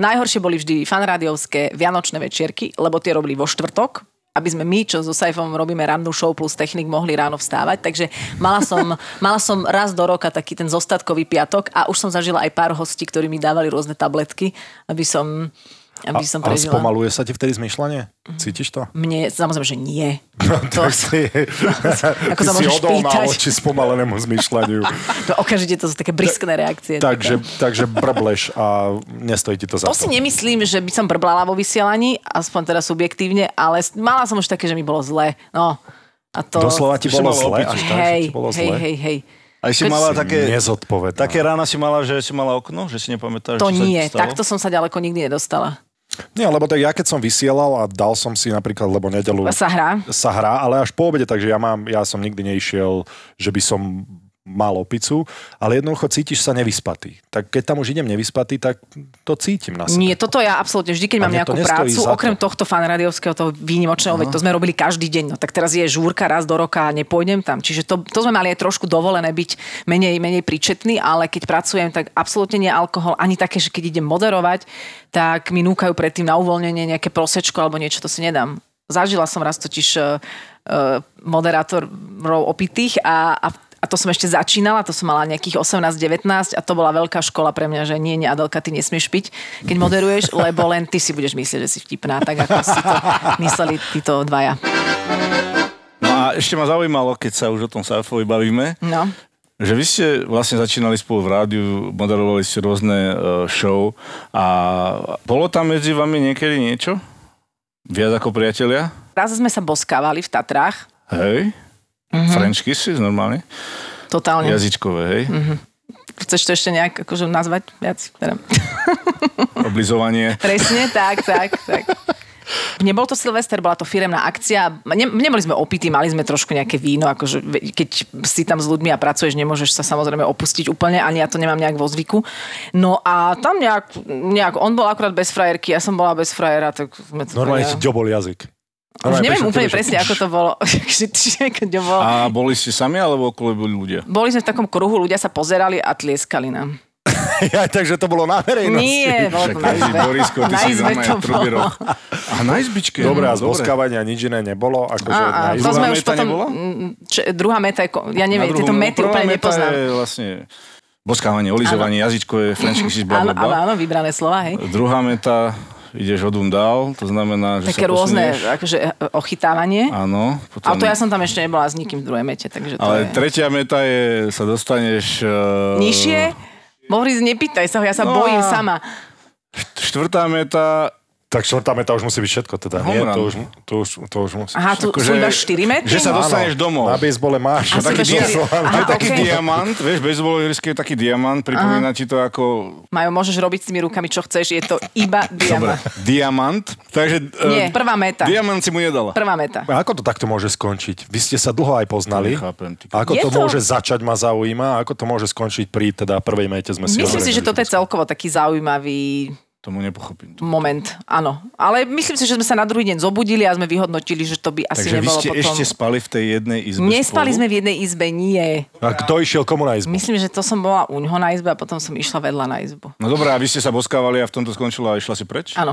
S2: najhoršie boli vždy fanrádiovské vianočné večierky, lebo tie robili vo štvrtok, aby sme my, čo so Saifom robíme rannú show plus technik, mohli ráno vstávať. Takže mala som, mala som raz do roka taký ten zostatkový piatok a už som zažila aj pár hostí, ktorí mi dávali rôzne tabletky, aby som, aby som
S3: ale
S2: prežila.
S3: spomaluje sa ti vtedy zmyšľanie? Cítiš to?
S2: Mne, samozrejme, že nie. To,
S3: si,
S2: Ako
S3: ty
S2: sa
S3: si
S2: môžeš
S3: odolná
S2: pýtať?
S3: voči spomalenému zmyšľaniu.
S2: to okamžite to sú také briskné reakcie.
S3: takže, takže brbleš a nestojí ti to za
S2: To
S3: to.
S2: si nemyslím, že by som brblala vo vysielaní, aspoň teda subjektívne, ale s- mala som už také, že mi bolo zle. No. A to...
S3: Doslova ti
S1: Už som
S3: bolo
S1: mal
S3: zle,
S1: opicu.
S3: až tak, že
S2: hej,
S3: ti bolo
S2: hej,
S3: zle.
S2: hej, hej.
S1: Aj si
S2: Keď
S1: mala
S2: si
S1: také...
S3: Nezodpovedná.
S1: Také rána si mala, že si mala okno, že si nepamätáš,
S2: To
S1: čo
S2: nie,
S1: sa ti stalo?
S2: takto som sa ďaleko nikdy nedostala.
S3: Nie, lebo tak ja keď som vysielal a dal som si napríklad, lebo nedelu
S2: Sa hrá.
S3: sa hrá, ale až po obede, takže ja, mám, ja som nikdy neišiel, že by som mal opicu, ale jednoducho cítiš sa nevyspatý. Tak keď tam už idem nevyspatý, tak to cítim na sebe.
S2: Nie, toto ja absolútne vždy, keď mám
S3: mne
S2: nejakú
S3: to nestojí
S2: prácu,
S3: za to.
S2: okrem tohto fanradiovského, toho výnimočného, veď to sme robili každý deň, no tak teraz je žúrka raz do roka a nepôjdem tam. Čiže to, to sme mali aj trošku dovolené byť menej, menej príčetný, ale keď pracujem, tak absolútne nie alkohol, ani také, že keď idem moderovať, tak mi núkajú predtým na uvoľnenie nejaké prosečko alebo niečo, to si nedám. Zažila som raz totiž eh, eh, moderátorov opitých a, a a to som ešte začínala, to som mala nejakých 18-19 a to bola veľká škola pre mňa, že nie, nie, Adelka, ty nesmieš piť, keď moderuješ, lebo len ty si budeš myslieť, že si vtipná, tak ako si to mysleli títo dvaja.
S1: No a ešte ma zaujímalo, keď sa už o tom Saifovi bavíme,
S2: No.
S1: že vy ste vlastne začínali spolu v rádiu, moderovali ste rôzne eh, show a bolo tam medzi vami niekedy niečo? Viac ako priatelia?
S2: Raz sme sa boskávali v Tatrách,
S1: Hej?
S2: Mhm.
S1: Mm-hmm. French kisses normálne?
S2: totálne.
S1: Jazyčkové, hej?
S2: Mhm.
S1: Mm-hmm.
S2: Chceš to ešte nejak akože nazvať viac? Teda.
S1: Oblizovanie.
S2: Presne, tak, tak, tak. Nebol to Silvester, bola to firemná akcia. Ne, neboli sme opití, mali sme trošku nejaké víno, akože ve- keď si tam s ľuďmi a pracuješ, nemôžeš sa samozrejme opustiť úplne, ani ja to nemám nejak vo zvyku. No a tam nejak, nejak on bol akurát bez frajerky, ja som bola bez frajera, tak sme to...
S3: Normálne
S2: tak
S3: ti
S2: nejak-
S3: ďobol jazyk.
S2: Už
S3: Normálne
S2: neviem
S3: prišiel
S2: úplne
S3: tebe, že-
S2: presne, ako to bolo. Že- že- keď to bolo.
S1: A boli ste sami, alebo okolo boli ľudia?
S2: Boli sme v takom kruhu, ľudia sa pozerali a tlieskali nám.
S3: Ja, takže to bolo na verejnosti.
S2: Nie, bolo to
S1: Však
S2: na
S1: hej,
S2: izbe.
S1: Borisko, ty
S2: Na
S1: si
S2: izbe
S1: normálne
S2: to bolo.
S1: trubirok. A na izbičke.
S3: Dobre, a
S1: no,
S3: z boskávania nič iné nebolo. Akože
S2: Á,
S3: na
S2: á,
S1: Druhá
S2: to sme
S3: izbe.
S2: vlastne už
S1: meta
S2: potom...
S1: nebola?
S2: mm, Č- druhá meta je... ko- Ja neviem,
S1: Na
S2: tieto
S1: druhom-
S2: mety
S1: prvá
S2: úplne
S1: meta
S2: nepoznám.
S1: je vlastne boskávanie, olizovanie, jazyčkové, french kisses, bla,
S2: Áno,
S1: bla, bla.
S2: áno, áno, vybrané slova, hej.
S1: Druhá meta, ideš hodum dál, to znamená, že sa
S2: Také rôzne,
S1: posunieš.
S2: akože e, ochytávanie.
S1: Áno. Potom...
S2: Ale to ja som tam ešte nebola s nikým v druhej mete, takže to
S1: Ale
S2: je...
S1: tretia meta je, sa dostaneš... Uh...
S2: Nižšie? Boris, nepýtaj sa ho, ja sa
S1: No a-
S2: bojím sama.
S1: Štvrtá meta...
S3: Tak štvrtá meta už musí byť všetko. Teda. Nie,
S1: Homerun.
S3: to už, to už, to už musí.
S2: Aha, tu
S1: akože-
S2: sú iba 4 metry?
S1: Že sa
S3: Áno,
S1: dostaneš domov.
S3: Na bejsbole máš.
S2: A
S1: Taký,
S2: sú iba
S1: dia-
S2: štyri.
S1: Aha,
S2: Aha,
S1: taký
S2: ok.
S1: diamant, vieš, bejsbolovirský je taký diamant, pripomína ti to ako
S2: Majo, môžeš robiť s tými rukami, čo chceš, je to iba diamant.
S1: diamant. Takže... e,
S2: Nie, prvá meta.
S1: Diamant si mu nedala.
S2: Prvá meta.
S3: A ako to takto môže skončiť? Vy ste sa dlho aj poznali.
S1: Nechápem, ty-
S3: A ako
S2: Je
S3: to,
S2: to-
S3: môže začať ma zaujíma a ako to môže skončiť pri teda prvej mete sme si
S2: Myslím si,
S3: hovorili.
S2: že toto je celkovo taký zaujímavý
S1: Tomu nepochopím.
S2: moment, áno. Ale myslím si, že sme sa na druhý deň zobudili a sme vyhodnotili, že to by
S1: Takže
S2: asi
S1: vy
S2: nebolo
S1: ste
S2: potom...
S1: ešte spali v tej jednej izbe
S2: Nespali
S1: spolu?
S2: sme v jednej izbe, nie.
S3: A kto išiel komu na izbu?
S2: Myslím, že to som bola u ňoho na izbe a potom som išla vedľa na izbu.
S1: No dobré, a vy ste sa boskávali a v tomto skončila a išla si preč?
S2: Áno.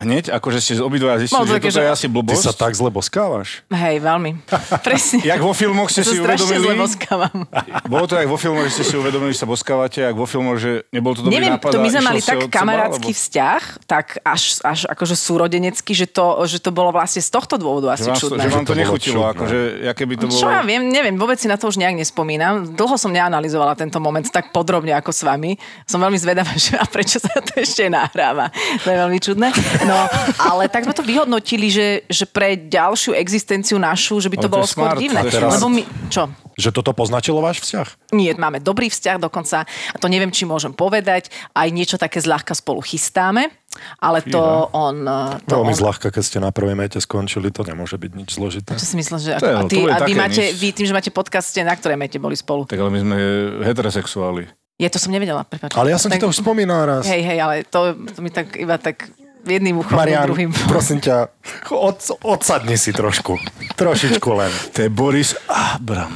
S1: Hneď? Akože ste obidva zistili,
S2: Bolo to
S1: že
S2: také,
S1: toto
S2: že-
S1: je asi
S3: Ty
S1: blbosť?
S3: sa tak zle boskávaš?
S2: Hej, veľmi. Presne.
S1: Jak vo filmoch ste
S2: Ja sa
S1: si
S2: strašne zle
S1: uvedomili,
S2: boskávam.
S1: bolo to jak vo filmoch, že ste si uvedomili, že sa boskávate, jak vo filmoch, že nebol to dobrý
S2: Neviem,
S1: nápad a
S2: to my sme
S1: išlo
S2: mali
S1: sa od
S2: tak
S1: seba,
S2: kamarátsky
S1: alebo-
S2: vzťah, tak až, až akože súrodenecký, že to, že to bolo vlastne z tohto
S1: že
S2: dôvodu asi
S1: vám, to,
S2: čudné.
S1: že vám
S2: No
S1: to
S3: Že to bolo
S1: nechutilo,
S3: čudné.
S1: akože, aké by to bolo...
S2: Čo ja viem, neviem, vôbec si na to už nejak nespomínam. Dlho som neanalizovala tento moment tak podrobne ako s vami. Som veľmi zvedavá, že a prečo sa to ešte nahráva. To je veľmi čudné. No, ale tak sme to vyhodnotili, že, že pre ďalšiu existenciu našu, že by
S1: Ale
S2: to
S1: to
S2: bolo
S1: je
S2: skôr
S1: smart,
S2: divné.
S1: to je
S3: smart.
S2: Lebo my, čo?
S3: Že toto poznačilo váš vzťah?
S2: Nie, máme dobrý vzťah dokonca, a to neviem, či môžem povedať, aj niečo také zľahka spolu chystáme, ale to on... eh, To
S3: Veľmi
S2: on
S3: zľahka, keď ste na prvej mete skončili, to nemôže byť nič zložité.
S2: čo si myslím,
S1: To
S2: že
S1: je-
S2: ako, a, ty,
S1: to je
S2: a vy,
S1: také
S2: máte,
S1: nič.
S2: vy tým, že máte podcast, ste na ktorej mete boli spolu.
S1: Tak ale my sme e, heterosexuáli.
S2: Ja to som nevedela, prepáč.
S3: Ale ja som ti
S2: tak,
S3: to už spomínal raz.
S2: Hej, hej, ale to, to mi tak iba tak jedným uchom,
S3: Marian,
S2: druhým.
S3: prosím ťa, od, odsadni si trošku. Trošičku len.
S1: To je Boris Abram.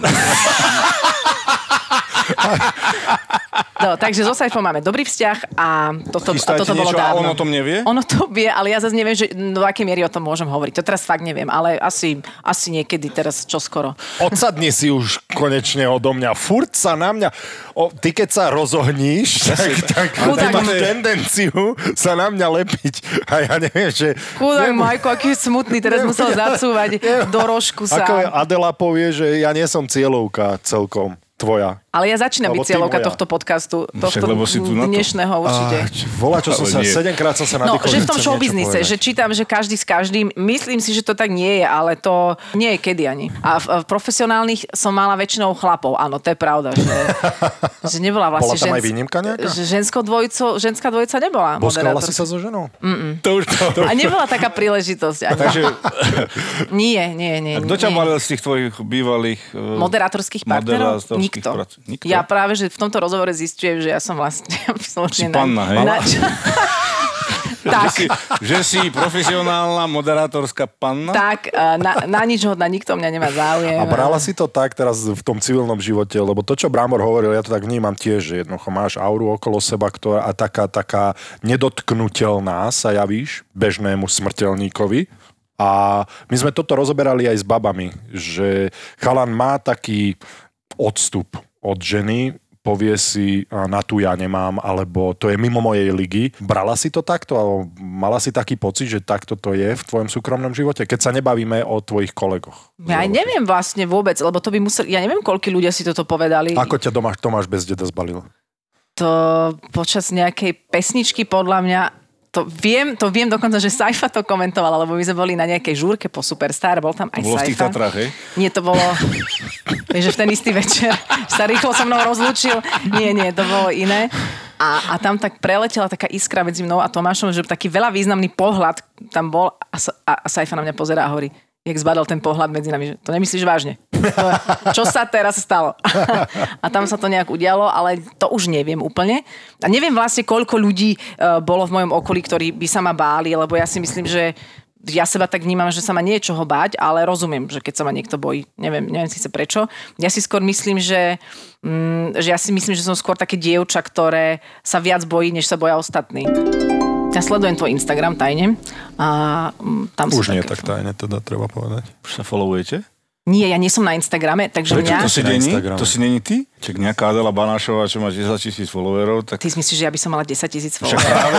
S2: No, takže so Saifom máme dobrý vzťah a toto, a
S1: Chystáte
S2: toto bolo
S1: niečo a
S2: dávno.
S1: on o tom nevie?
S2: Ono to vie, ale ja zase neviem, že do akej miery o tom môžem hovoriť. To teraz fakt neviem, ale asi, asi niekedy teraz čoskoro.
S3: Odsadni si už konečne odo mňa. Furt sa na mňa... O, ty keď sa rozohníš, tak, tak,
S2: Chudák.
S3: tak máš tendenciu sa na mňa lepiť. A ja neviem, že...
S2: Chudák
S3: neviem,
S2: Majko, aký je smutný, teraz
S3: Nem-
S2: musel zacúvať do rožku
S3: Ako
S2: sa.
S3: Adela povie, že ja nie som cieľovka celkom tvoja.
S2: Ale ja začínam
S3: Lebo
S2: byť
S3: ty
S2: cieľovka
S3: moja.
S2: tohto podcastu, tohto
S1: Však, lebo si tu na to.
S2: dnešného určite.
S3: Volá, čo som
S1: Ale
S3: sa,
S1: nie.
S3: sedemkrát som sa na
S2: No, že v tom showbiznise, že čítam, že každý s každým, myslím si, že to tak nie je, ale to nie je kedy ani. A v, v profesionálnych som mala väčšinou chlapov, áno, to je pravda, že, že nebola vlastne
S3: Bola tam aj
S2: žensk-
S3: výnimka nejaká?
S2: že ženskou dvojico, ženská dvojica nebola
S3: Boskala
S2: moderátor.
S3: si sa so ženou?
S1: To už to.
S2: A nebola taká príležitosť. Ani.
S1: Takže
S2: Nie, nie, nie.
S1: a kto ťa
S2: nie.
S1: valil z tých tvojich bývalých... eh,
S2: Moderátorských partnerov?
S1: Moderátorských
S2: Nikto.
S1: prac- Nikto?
S2: Ja práve, že v tomto rozhovore zistujem, že ja som vlastne absolútne...
S1: Si panna, hej? Že
S2: tak.
S1: si, že si profesionálna moderátorská panna?
S2: tak, eh, na, na nič hodná, nikto o mňa nemá záujem.
S3: A brala si to tak teraz v tom civilnom živote, lebo to, čo Brámor hovoril, ja to tak vnímam tiež, že jednoducho máš auru okolo seba, ktorá a taká, taká nedotknutelná sa javíš bežnému smrteľníkovi. A my sme toto rozoberali aj s babami, že chalan má taký odstup od ženy, povie si, "A na tu ja nemám, alebo to je mimo mojej ligy. Brala si to takto? Alebo mala si taký pocit, že takto to je v tvojom súkromnom živote? Keď sa nebavíme o tvojich kolegoch.
S2: Ja aj neviem vlastne vôbec, lebo to by musel, ja neviem, koľko ľudia si toto povedali.
S3: Ako ťa Tomáš, Tomáš bez deda zbalil?
S2: To počas nejakej pesničky podľa mňa to viem, to viem dokonca, že Saifa to komentovala, lebo my sme boli na nejakej žúrke po Superstar, bol tam aj
S1: Bolo v tých
S2: Saifa.
S1: Tatrách, hej?
S2: Nie, to bolo, vieš, že v ten istý večer sa rýchlo so mnou rozlúčil. Nie, nie, to bolo iné. A, a tam tak preletela taká iskra medzi mnou a Tomášom, že taký veľa významný pohľad tam bol a, sa- a, a Saifa na mňa pozerá a hovorí, jak zbadal ten pohľad medzi nami, že to nemyslíš vážne. To, čo sa teraz stalo? A tam sa to nejak udialo, ale to už neviem úplne. A neviem vlastne, koľko ľudí eh, bolo v mojom okolí, ktorí by sa ma báli, lebo ja si myslím, že ja seba tak vnímam, že sa ma nie je čoho báť, ale rozumiem, že keď sa ma niekto bojí, neviem, neviem síce prečo. Ja si skôr myslím, že, mm, že ja si myslím, že som skôr také dievča, ktoré sa viac bojí, než sa boja ostatní. Ja sledujem tvoj Instagram tajne a mm, tam sú
S3: Už nie
S2: také-
S3: tak tajne, teda treba povedať.
S1: Už sa followujete?
S2: Nie, ja nie som na Instagrame, takže
S1: Prečo?
S2: mňa...
S1: To si
S3: Na
S1: není?
S3: Instagrame.
S1: To si není ty? Čak nejaká Adela Banášová, čo má 10 tisíc followerov, tak
S2: Ty si myslíš, že ja by som mala 10 tisíc
S1: však
S2: followerov?
S1: práve,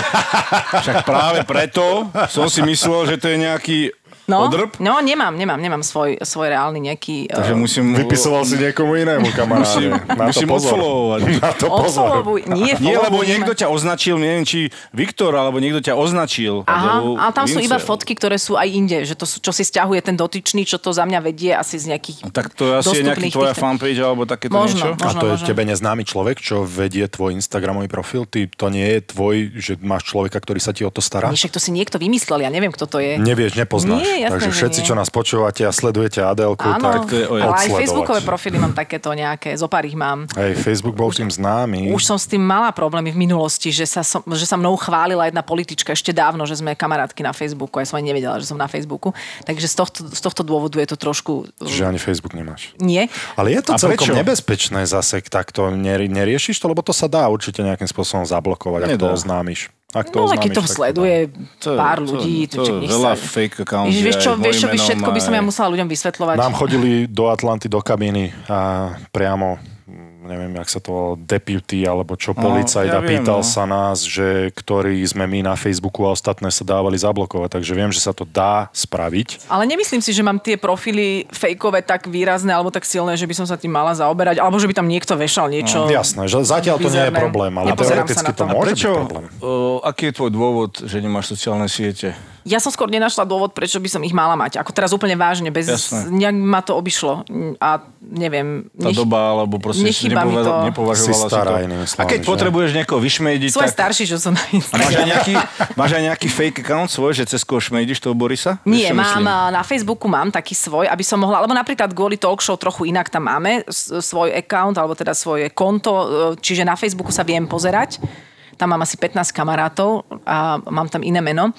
S1: však práve preto som si myslel, že to je nejaký
S2: No,
S1: odrb.
S2: no, nemám, nemám, nemám svoj, svoj reálny nejaký...
S1: Takže
S2: eh,
S1: musím...
S3: No, Vypisoval si niekomu inému kamaráde.
S1: Musím,
S3: Na to
S1: musím
S3: pozor.
S1: odfollowovať.
S3: Na to pozor.
S2: Odfollowuj, nie,
S1: Nie, lebo
S2: followujme.
S1: niekto ťa označil, neviem, či Viktor, alebo niekto ťa označil.
S2: Aha,
S1: Adelu
S2: ale tam sú
S1: Vince.
S2: iba fotky, ktoré sú aj inde, že to sú, čo si stiahuje ten dotyčný, čo to za mňa vedie asi z nejakých
S1: No, Tak to je asi je nejaký
S2: dostupných
S1: tvoja
S2: týchto-
S1: fanpage alebo takéto
S2: Možno. no.
S1: niečo?
S3: A to je
S2: možno.
S3: tebe neznámy človek, čo vedie tvoj Instagramový profil? Ty, to nie je tvoj, že máš človeka, ktorý sa ti o to stará?
S2: Nie, však to si niekto vymyslel, ja neviem, kto to je.
S3: Nevieš, nepoznáš.
S2: Nie, jasné,
S3: Takže
S2: že
S3: všetci,
S2: nie.
S3: čo nás počúvate a sledujete Adélku, tak
S2: Áno,
S1: to je o-
S2: ale aj
S3: odsledovať.
S2: facebookové profily mám takéto nejaké, zo pár ich mám.
S3: Hej, Facebook bol tým známy.
S2: Už som s tým mala problémy v minulosti, že sa, som, že sa mnou chválila jedna politička ešte dávno, že sme kamarátky na Facebooku. Ja som ani nevedela, že som na Facebooku. Takže z tohto, z tohto dôvodu je to trošku...
S3: Že ani Facebook nemáš.
S2: Nie.
S3: Ale je to
S1: A prečo?
S3: celkom nebezpečné zase takto, nerie- neriešiš to, lebo to sa dá určite nejakým spôsobom zablokovať, ak to
S1: Nedá.
S3: oznámiš. Ak
S2: No
S3: to
S2: ale
S3: oznámiš,
S2: keď to
S3: tak teda. dá.
S2: sleduje
S1: To je-
S2: pár
S1: to-
S2: ľudí,
S1: to
S2: čak
S1: je
S2: nech
S1: veľa fake accountov,
S2: Ježiš, vieš
S1: aj
S2: čo,
S1: s
S2: vieš čo,
S1: mojím
S2: by
S1: menom,
S2: všetko by som ja
S1: aj-
S2: musela ľuďom vysvetľovať.
S3: Nám chodili do Atlanty do kabíny a priamo mm, neviem, jak sa to volalo, deputy alebo čo,
S1: No,
S3: policajt
S1: ja
S3: a
S1: viem,
S3: pýtal
S1: no.
S3: sa nás, že ktorí sme my na Facebooku a ostatné sa dávali zablokovať, takže viem, že sa to dá spraviť.
S2: Ale nemyslím si, že mám tie profily fejkové tak výrazné alebo tak silné, že by som sa tým mala zaoberať, alebo že by tam niekto vešal niečo.
S3: No, Jasné, že zatiaľ to nie je
S2: Bizarné.
S3: problém, ale
S2: Nepozerám sa
S3: teoreticky
S2: na
S3: to
S2: to.
S1: A
S3: môže
S1: prečo,
S3: byť problém.
S1: o, aký je tvoj dôvod, že nemáš sociálne siete?
S2: Ja som skôr nenašla dôvod, prečo by som ich mala mať. Ako teraz úplne vážne, bez...
S1: Jasné.
S2: Nejak ma to obišlo. A neviem.
S1: Tá
S2: nech-
S1: doba, alebo proste si
S2: nechýba mi to.
S1: nepoveda- nepovažovala
S3: Si stará,
S1: si to.
S3: inými
S1: A keď
S3: slovami, že?
S1: potrebuješ niekoho vyšmejdiť,
S2: Svoje
S1: tak...
S2: starší, čo som
S1: A
S2: na
S1: máš aj,
S2: Instagrame.
S1: nejaký, máš aj nejaký fake account svoj, že cez koho šmejdíš toho Borisa? Vieš,
S2: Nie,
S1: čo
S2: mám
S1: myslím?
S2: eh, na Facebooku mám taký svoj, aby som mohla, alebo napríklad kvôli talk show trochu inak tam máme s- eh, svoj account, alebo teda svoje konto, eh, čiže na Facebooku sa viem pozerať. Tam mám asi 15 kamarátov a mám tam iné meno.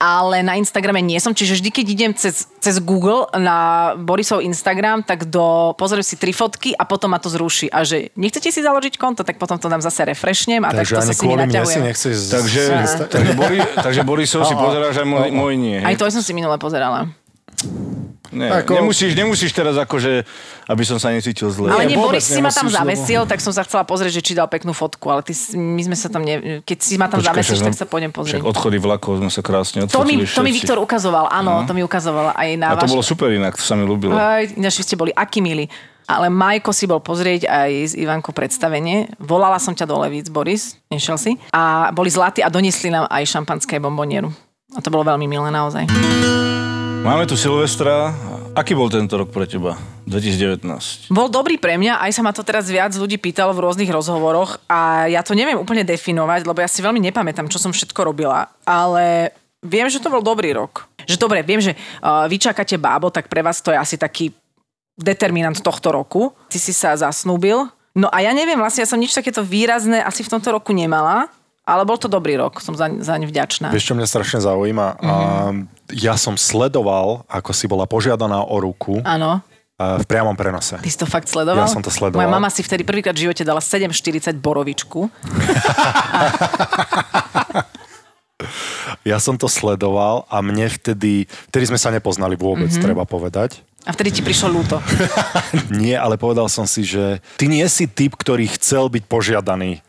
S2: Ale na Instagrame nie som, čiže vždy, keď idem cez, cez Google na Borisov Instagram, tak do, pozriem si tri fotky a potom ma to zruší. A že nechcete si založiť konto, tak potom to dám zase refreshnem a
S3: Takže
S2: takto sa
S3: ani
S2: s nimi
S3: kvôli mne si
S2: naťahujem.
S3: nechceš... z-
S1: Takže,
S3: z-
S1: takže, Bori, takže Borisov si
S3: A, a,
S1: pozeráš aj môj,
S3: a, a.
S1: môj nie.
S2: Aj
S1: hej?
S2: to som si minule pozerala.
S1: Nie,
S3: Ako-
S1: nemusíš, nemusíš teraz akože, aby som sa necítil zle.
S2: Ale nie,
S3: vôbec
S2: Boris si ma tam
S3: nemusíš, lebo-
S2: zavesil, tak som sa chcela pozrieť, že či dal peknú fotku, ale ty, s- my sme sa tam, ne, keď si ma tam zavesíš,
S1: však
S2: tak
S1: sme-
S2: sa pôjdem pozrieť.
S1: Však odchody vlakov sme sa krásne
S2: To mi,
S1: odfotili
S2: to mi
S1: všetci.
S2: Viktor ukazoval, áno, to mi ukazoval aj
S1: A
S2: na
S1: to
S2: váš...
S1: bolo super inak, to sa mi ľúbilo.
S2: Aj, ináč vy ste boli akí milí. Ale Majko si bol pozrieť aj z Ivanko predstavenie. Volala som ťa do Levíc, Boris, nešiel si. A boli zlatí a doniesli nám aj šampanské bombonieru. A to bolo veľmi milé naozaj.
S1: Máme tu Silvestra. Aký bol tento rok pre teba? 2019.
S2: Bol dobrý pre mňa, aj sa ma to teraz viac ľudí pýtalo v rôznych rozhovoroch a ja to neviem úplne definovať, lebo ja si veľmi nepamätám, čo som všetko robila, ale viem, že to bol dobrý rok. Že dobre, viem, že uh, vy čakáte bábo, tak pre vás to je asi taký determinant tohto roku. Ty si sa zasnúbil. No a ja neviem, vlastne ja som nič takéto výrazné asi v tomto roku nemala, ale bol to dobrý rok, som zaň, zaň vďačná.
S3: Vieš, čo mňa strašne zaujíma? A ja som sledoval, ako si bola požiadaná o ruku
S2: Áno,
S3: a v priamom prenose.
S2: ty si to fakt sledoval?
S3: Ja som to sledoval.
S2: Moja mama si vtedy prvýkrát v živote dala 7,40 borovičku.
S3: Ja som to sledoval a mne vtedy, vtedy sme sa nepoznali vôbec, mm-hmm. treba povedať.
S2: A vtedy ti prišlo ľúto.
S3: Nie, ale povedal som si, že ty nie si typ, ktorý chcel byť požiadaný eh,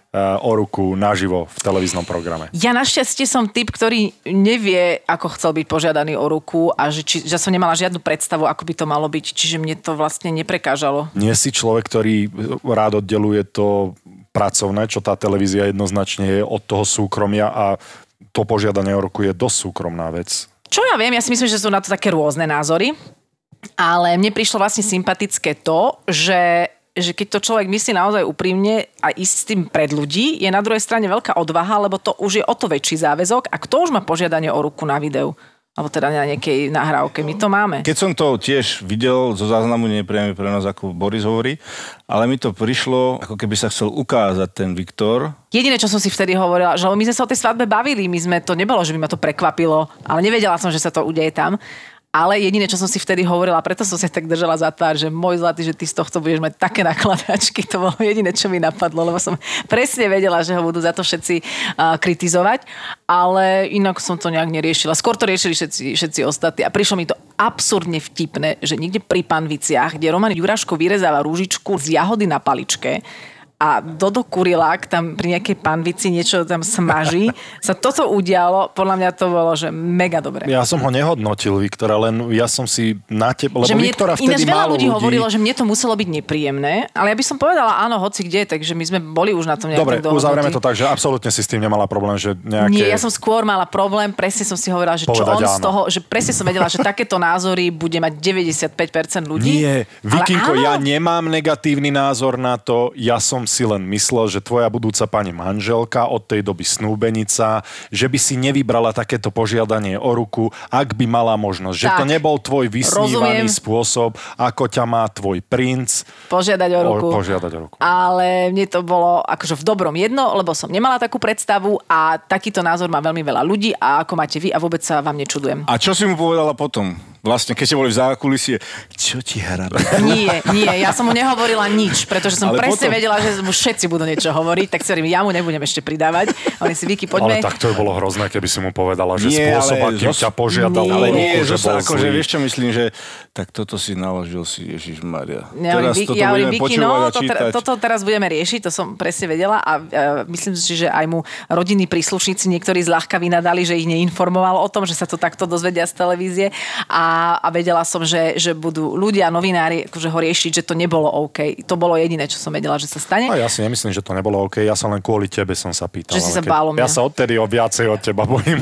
S3: o ruku naživo v televíznom programe.
S2: Ja našťastie som typ, ktorý nevie, ako chcel byť požiadaný o ruku a že, či, že som nemala žiadnu predstavu, ako by to malo byť, čiže mne to vlastne neprekážalo.
S3: Nie si človek, ktorý rád oddeluje to pracovné, čo tá televízia jednoznačne je od toho súkromia a to požiadanie o ruku je dosť súkromná vec.
S2: Čo ja viem, ja si myslím, že sú na to také rôzne názory, ale mne prišlo vlastne sympatické to, že že keď to človek myslí naozaj úprimne a ísť s tým pred ľudí, je na druhej strane veľká odvaha, lebo to už je o to väčší záväzok. A kto už má požiadanie o ruku na videu? Alebo teda na nejakej nahrávke. My to máme.
S1: Keď som to tiež videl zo záznamu, nie je priamy prenos, ako Boris hovorí, ale mi to prišlo, ako keby sa chcel ukázať ten Viktor.
S2: Jediné, čo som si vtedy hovorila, že lebo my sme sa o tej svadbe bavili, my sme to nebolo, že by ma to prekvapilo, ale nevedela som, že sa to udeje tam. Ale jediné, čo som si vtedy hovorila, preto som sa tak držala za tvár, že môj zlatý, že ty z tohto budeš mať také nakladačky, to bolo jediné, čo mi napadlo, lebo som presne vedela, že ho budú za to všetci uh, kritizovať, ale inak som to nejak neriešila. Skôr to riešili všetci, všetci ostatní a prišlo mi to absurdne vtipné, že niekde pri Panviciach, kde Roman Juraško vyrezáva rúžičku z jahody na paličke, a Dodo Kurilák tam pri nejakej panvici niečo tam smaží. Sa toto udialo, podľa mňa to bolo, že mega dobre.
S3: Ja som ho nehodnotil, Viktora, len ja som si na teba, lebo
S2: že mne,
S3: Viktora
S2: ináč
S3: vtedy
S2: veľa
S3: málo
S2: ľudí,
S3: ľudí,
S2: hovorilo, že mne to muselo byť nepríjemné, ale ja by som povedala áno, hoci kde, takže my sme boli už na tom nejak
S3: Dobre,
S2: tak dohodnutí.
S3: uzavrieme to tak, že absolútne si s tým nemala problém, že nejaké...
S2: Nie, ja som skôr mala problém, presne som si hovorila, že čo on
S3: Povedať
S2: z
S3: áno.
S2: toho, že presne som vedela, že takéto názory bude mať 95% ľudí.
S3: Nie,
S2: Ale
S3: Vikinko,
S2: áno.
S3: ja nemám negatívny názor na to. Ja som si len myslel, že tvoja budúca pani manželka, od tej doby snúbenica, že by si nevybrala takéto požiadanie o ruku, ak by mala možnosť. Že to
S2: Tak.
S3: nebol tvoj
S2: Rozumiem.
S3: vysnívaný spôsob, ako ťa má tvoj princ.
S2: Požiadať o
S3: O-
S2: ruku.
S3: požiadať o ruku.
S2: Ale mne to bolo akože v dobrom jedno, lebo som nemala takú predstavu a takýto názor má veľmi veľa ľudí a ako máte vy a vôbec sa vám nečudujem.
S1: A čo si mu povedala potom? Vlastne, keď ste boli v zákulisie, čo ti hrabe?
S2: Nie, nie, ja som mu nehovorila nič, pretože som
S1: Ale
S2: presne
S1: potom-
S2: vedela, že mu všetci budú niečo hovoriť, tak ktorým ja mu nebudem ešte pridávať. Oni si Viki, poďme.
S3: Ale tak to by bolo hrozné, keby si mu povedala, že
S1: Nie,
S3: nie, spôsob,
S1: ale
S3: akým
S1: zos-
S3: ťa požiadal
S2: Nie.
S3: o
S1: Ale
S3: ruku,
S1: nie,
S3: že
S1: že
S3: bol
S1: sa akože,
S3: zlý.
S1: vieš čo myslím, že tak toto si naložil si, Ježiš Maria.
S2: Ja
S1: Teraz
S2: hovorím,
S1: toto
S2: ja hovorím,
S1: budeme
S2: Viki,
S1: počúvať
S2: no,
S1: a
S2: to,
S1: čítať.
S2: te- toto teraz budeme riešiť, to som presne vedela a e, myslím si, že aj mu rodinní príslušníci niektorí zľahka vynadali, že ich neinformoval o tom, že sa to takto dozvedia z televízie a, a vedela som, že, že budú ľudia, novinári, akože ho riešiť, že to nebolo OK. To bolo jediné, čo som vedela, že sa stane.
S3: No ja si nemyslím, že to nebolo OK, ja sa len kvôli tebe som sa pýtal.
S2: Že si
S3: ale
S2: sa
S3: keď-
S2: bálo mňa.
S3: Ja sa odtedy o viacej od teba bojím.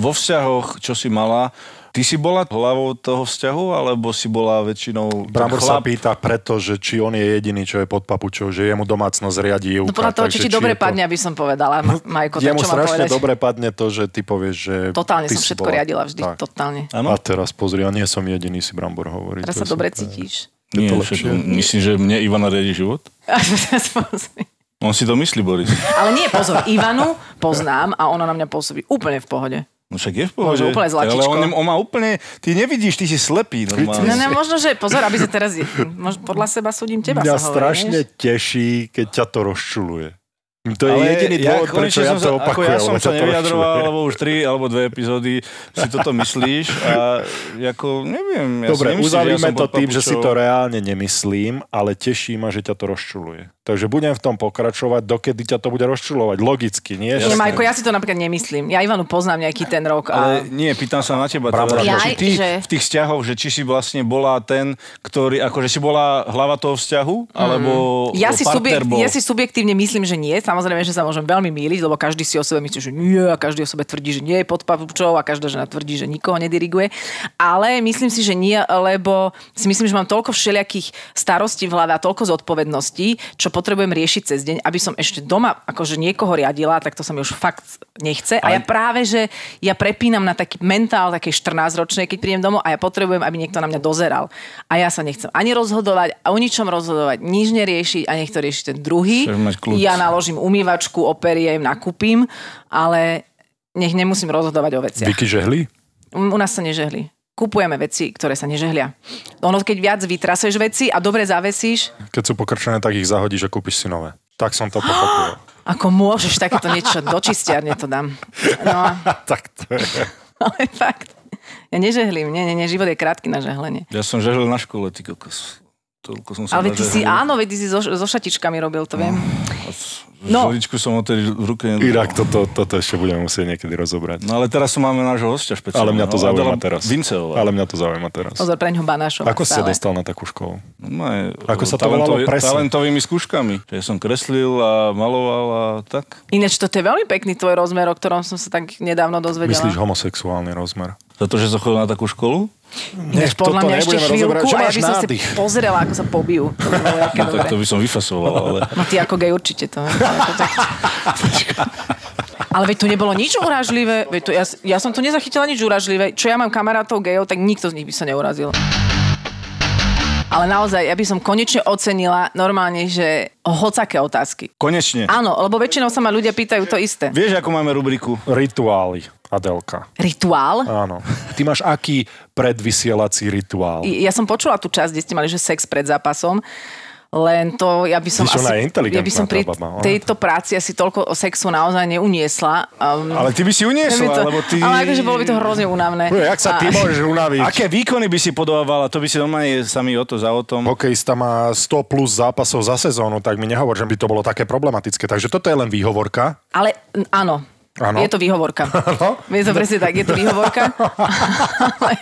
S1: Vo vzťahoch, čo si mala, ty si bola hlavou toho vzťahu, alebo si bola väčšinou ten
S3: Brambor sa
S1: chlap?
S3: pýta preto, že či on je jediný, čo je pod papučou, že jemu domácnosť riadí Júka.
S2: No podľa toho, či
S3: takže
S2: ti dobre
S3: je to- No,
S2: padne, aby som povedala, Ma- Majko, tak
S3: Jemu
S2: čo mám
S3: strašne
S2: povedať?
S3: dobre padne to, že ty povieš, že...
S2: Totálne
S3: ty
S2: som
S3: si
S2: všetko
S3: bola-
S2: riadila vždy,
S3: Tak.
S2: totálne.
S1: Áno.
S3: A teraz pozri, ja nie som jediný, si Brambor hovorí.
S2: Teraz
S3: to
S2: sa
S3: je
S2: dobre
S3: super.
S2: cítiš.
S1: Nie,
S3: to
S1: však,
S3: lepšie.
S1: myslím, že mne Ivana riadi život. On si to myslí, Boris.
S2: Ale nie, pozor, Ivanu poznám a ona na mňa pôsobí úplne v pohode.
S1: No však je v pohode.
S2: Bože, úplne
S1: ale
S2: zlačičko.
S1: on, on má úplne... Ty nevidíš, ty si slepý
S2: No,
S1: normálne.
S2: no možno, že pozor, aby sa teraz... Mož, podľa seba súdim teba,
S3: Mňa
S2: sa hovorí,
S3: strašne
S2: vieš?
S3: teší, keď ťa to rozčuluje. To je
S1: Ale
S3: jediný dôvod,
S1: konečne
S3: prečo ja
S1: som sa-
S3: to
S1: ako
S3: opakujem.
S1: ja som
S3: lebo
S1: sa
S3: ťa to
S1: nevyjadroval,
S3: rozčuluje.
S1: lebo už tri alebo dve epizódy si toto myslíš a ako neviem. Ja si
S3: Dobre,
S1: nemyslím, že ja
S3: uzavrime
S1: som
S3: to
S1: pod
S3: tým, že si
S1: papučou.
S3: to reálne nemyslím, ale teší ma, že ťa to rozčuluje. Takže budem v tom pokračovať, dokedy ťa to bude rozčulovať. Logicky, nie?
S2: Nie,
S3: Že-
S2: Majko, ja si to napríklad nemyslím. Ja Ivanu poznám nejaký ten rok. A...
S1: Ale nie, pýtam sa na teba.
S3: Bravo,
S1: Teda,
S2: Jaj,
S1: či ty
S2: že-
S1: v tých vzťahoch, že či si vlastne bola ten, ktorý, akože si bola hlava toho vzťahu, alebo
S2: Ja si,
S1: partner
S2: subjekt,
S1: bol.
S2: ja si subjektívne myslím, že nie. Samozrejme, že sa môžem veľmi míliť, lebo každý si o sebe myslí, že nie, a každý o sebe tvrdí, že nie je pod papučou a každá žena tvrdí, že nikoho nediriguje. Ale myslím si, že nie, lebo si myslím, že mám toľko všelijakých starostí v hlave a toľko zodpovedností, čo potrebujem riešiť cez deň, aby som ešte doma akože niekoho riadila, tak to sa mi už fakt nechce. A ja práve, že ja prepínam na taký mentál takej 14-ročnej, keď prídem domov a ja potrebujem, aby niekto na mňa dozeral. A ja sa nechcem ani rozhodovať, a o ničom rozhodovať, nič neriešiť a nech to rieši ten druhý.
S1: Chceš mať kľud.
S2: Ja naložím umývačku, operiem, nakúpim, ale nech nemusím rozhodovať o veciach.
S3: Vicky žehli?
S2: U nás sa nežehli. Kupujeme veci, ktoré sa nežehlia. Ono, keď viac vytraseš veci a dobre zavesíš,
S3: Keď sú pokrčené, tak ich zahodíš a kúpiš si nové. Tak som to pochopil.
S2: ako môžeš takéto niečo do čistiarne to dám. No a
S3: tak to je.
S2: Ale fakt. Ja nežehlím, nie, nie, nie, život je krátky na žehlenie.
S1: Ja som žehlil na škole, ty kokos. Toľko som sa
S2: Ale veď ty si,
S1: nažehlil.
S2: áno, veď ty si so, so šatičkami robil, to viem. No.
S1: No. Želičku som odtedy v ruke nedržal.
S3: Irak, toto, toto ešte budeme musieť niekedy rozobrať.
S1: No ale teraz tu máme nášho hostia špeciálne.
S3: Ale mňa to
S1: no,
S3: zaujíma
S1: Adela
S3: teraz.
S1: Vinceová.
S3: Ale mňa to zaujíma teraz.
S2: Pozor, pre ňoho Banášov.
S3: Ako si sa
S2: stále.
S3: dostal na takú školu?
S1: No, je,
S3: Ako sa to volalo
S1: talentovi-
S3: presne?
S1: Talentovými skúškami. Že Ja som kreslil a maloval a tak.
S2: Ináč, toto je veľmi pekný tvoj rozmer, o ktorom som sa tak nedávno dozvedela.
S3: Myslíš homosexuálny rozmer?
S1: Za to, že som chodil na takú školu?
S2: Ináč, podľa mňa ešte chvíľku
S3: Čo
S2: a ja
S3: máš
S2: by som si
S3: nádych?
S2: pozrela, ako sa pobijú. To by bolo aké
S1: No, tak
S2: dobré.
S1: to by som vyfasoval, ale...
S2: No ty ako gej určite to. to tak... Ale veď tu nebolo nič urážlivé. Veď tu, ja, ja som tu nezachytila nič urážlivé. Čo ja mám kamarátov gejov, tak nikto z nich by sa neurazil. Ale naozaj, ja by som konečne ocenila normálne, že hocaké otázky.
S1: Konečne.
S2: Áno, lebo väčšinou sa ma ľudia pýtajú to isté.
S1: Vieš, ako máme rubriku?
S3: Rituály, Adelka.
S2: Rituál?
S3: Áno. Ty máš aký predvysielací rituál?
S2: I- Ja som počula tú časť, kde ste mali, že sex pred zápasom. Len to, ja by som
S3: Víš, ona je
S2: ja
S3: inteligentná,
S2: by som pri
S3: tá baba, ona-
S2: tejto práci asi toľko o sexu naozaj neuniesla. Um,
S1: Ale ty by si
S2: Ja by
S1: uniesla,
S2: to,
S1: lebo ty...
S2: Ale akože bolo by to hrozne únavné.
S3: Bro, No, jak sa
S2: A-
S3: ty môžeš unaviť?
S1: Aké výkony by si podávala? To by si normálne sami o to za o tom.
S3: Hokejista má 100 plus zápasov za sezónu, tak mi nehovor, že by to bolo také problematické. Takže toto je len výhovorka.
S2: Ale n- áno,
S3: Áno.
S2: Je to výhovorka.
S3: Áno.
S2: Je to presne tak, je to výhovorka. ale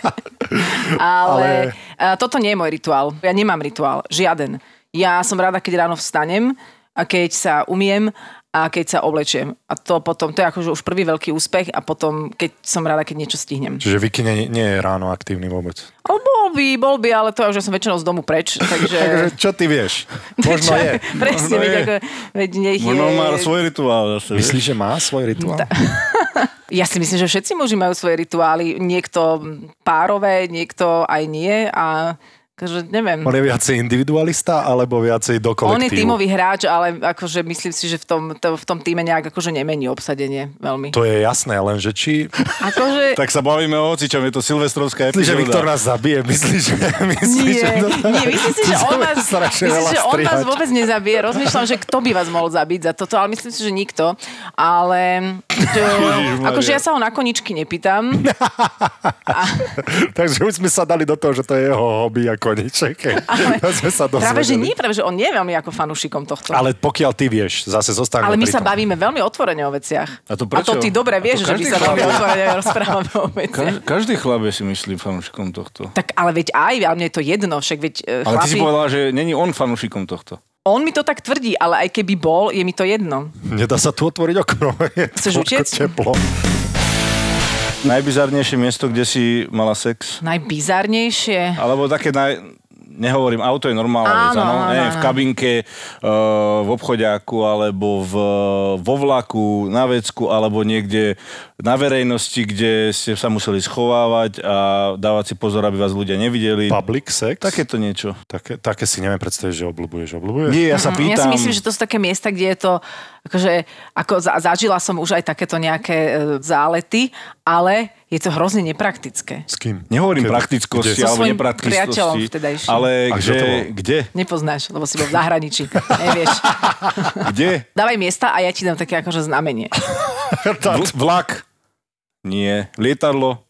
S2: ale a toto nie je môj rituál. Ja nemám rituál, žiaden. Ja som rada, keď ráno vstanem a keď sa umiem a keď sa oblečiem. A to potom, to je akože už prvý veľký úspech a potom, keď som rada, keď niečo stihnem.
S3: Čiže Vicky nie, nie je ráno aktívny vôbec.
S2: Ale bol by, bol by, ale to ja už som väčšinou z domu preč,
S3: Takže
S2: takže...
S3: čo ty vieš? Akože Možno
S2: Čo-
S3: je.
S2: Presne,
S1: Možno
S2: veď,
S1: je.
S2: ako, veď nech
S1: Možno
S2: je...
S1: má svoj rituál zase. vieš.
S3: Myslíš, že má svoj rituál?
S2: Ja si myslím, že všetci muži majú svoje rituály. Niekto párové, niekto aj nie. A Takže neviem.
S3: On je viacej individualista, alebo viacej do
S2: On
S3: kolektívu?
S2: je tímový hráč, ale akože myslím si, že v tom, to, v tom týme nejak akože nemení obsadenie veľmi.
S3: To je jasné, lenže či...
S2: Akože...
S1: Tak sa bavíme o hocičom, je to silvestrovská
S3: Myslíš, že Viktor
S1: epizóda.
S3: nás zabije? Myslíš, že... Myslíš,
S2: Nie,
S3: že to...
S2: nie, myslím si, že on
S3: Budeme
S2: vás,
S3: strašne
S2: myslím,
S3: veľa
S2: že on vás
S3: strihať.
S2: vôbec nezabije. Rozmýšľam, že kto by vás mohol zabiť za toto, ale myslím si, že nikto. Ale to,
S1: Ježišmaria.
S2: akože ja sa ho na koničky nepýtam.
S3: Takže už sme sa dali do toho, že to je jeho hobby a koniček. Ale... sme sa
S2: Práve, že
S3: dozvedeli.
S2: nie, práve, že on nie je veľmi ako fanúšikom tohto.
S3: Ale pokiaľ ty vieš, zase zostaneme
S2: Ale my
S3: pri
S2: sa
S3: tom.
S2: bavíme veľmi otvorene o veciach.
S1: A to prečo?
S2: A to ty dobre
S1: A to
S2: vieš, že my
S1: každý
S2: sa
S1: chlap-
S2: veľmi otvorene rozprávame o veciach.
S1: Ka- každý chlap je si myslí fanúšikom tohto.
S2: Tak ale veď aj, ale mne je to jedno, však veď e,
S1: Ale ty si
S2: chlapi,
S1: povedala, že není on fanúšikom tohto.
S2: on mi to tak tvrdí, ale aj keby bol, je mi to jedno.
S3: Nedá sa tu otvoriť okno. Je
S2: Chceš
S3: toľko
S2: utiec?
S3: Teplo.
S1: Najbizarnejšie miesto, kde si mala sex?
S2: Najbizarnejšie.
S1: Alebo také naj... Nehovorím, auto je normálna vec,
S2: Áno,
S1: áno,
S2: áno,
S1: nie,
S2: áno.
S1: v kabinke, e, v obchodiaku, alebo v, vo vlaku, na vecku, alebo niekde na verejnosti, kde ste sa museli schovávať a dávať si pozor, aby vás ľudia nevideli.
S3: Public sex?
S1: Takéto niečo.
S3: také, také si neviem predstaviť, že obľúbuješ. Obľúbuješ?
S1: Nie, ja sa
S2: Mm, Ja si
S1: pýtam.
S2: myslím, že to sú také miesta, kde je to, akože, ako za, zažila som už aj takéto nejaké e, zálety, ale je to hrozne nepraktické.
S3: S kým?
S1: Nehovorím
S3: Kedy?
S1: praktickosti,
S2: So
S1: alebo
S2: svojím priateľom
S1: nepraktickosti,
S2: vtedajším.
S1: ale
S3: A kto to bol?
S1: kde, kde,
S2: Nepoznáš, lebo si bol v zahraničí. Nevieš.
S1: kde?
S2: Dávaj miesta a ja ti dám také akože znamenie.
S1: Vl- vlak? Nie. Lietadlo?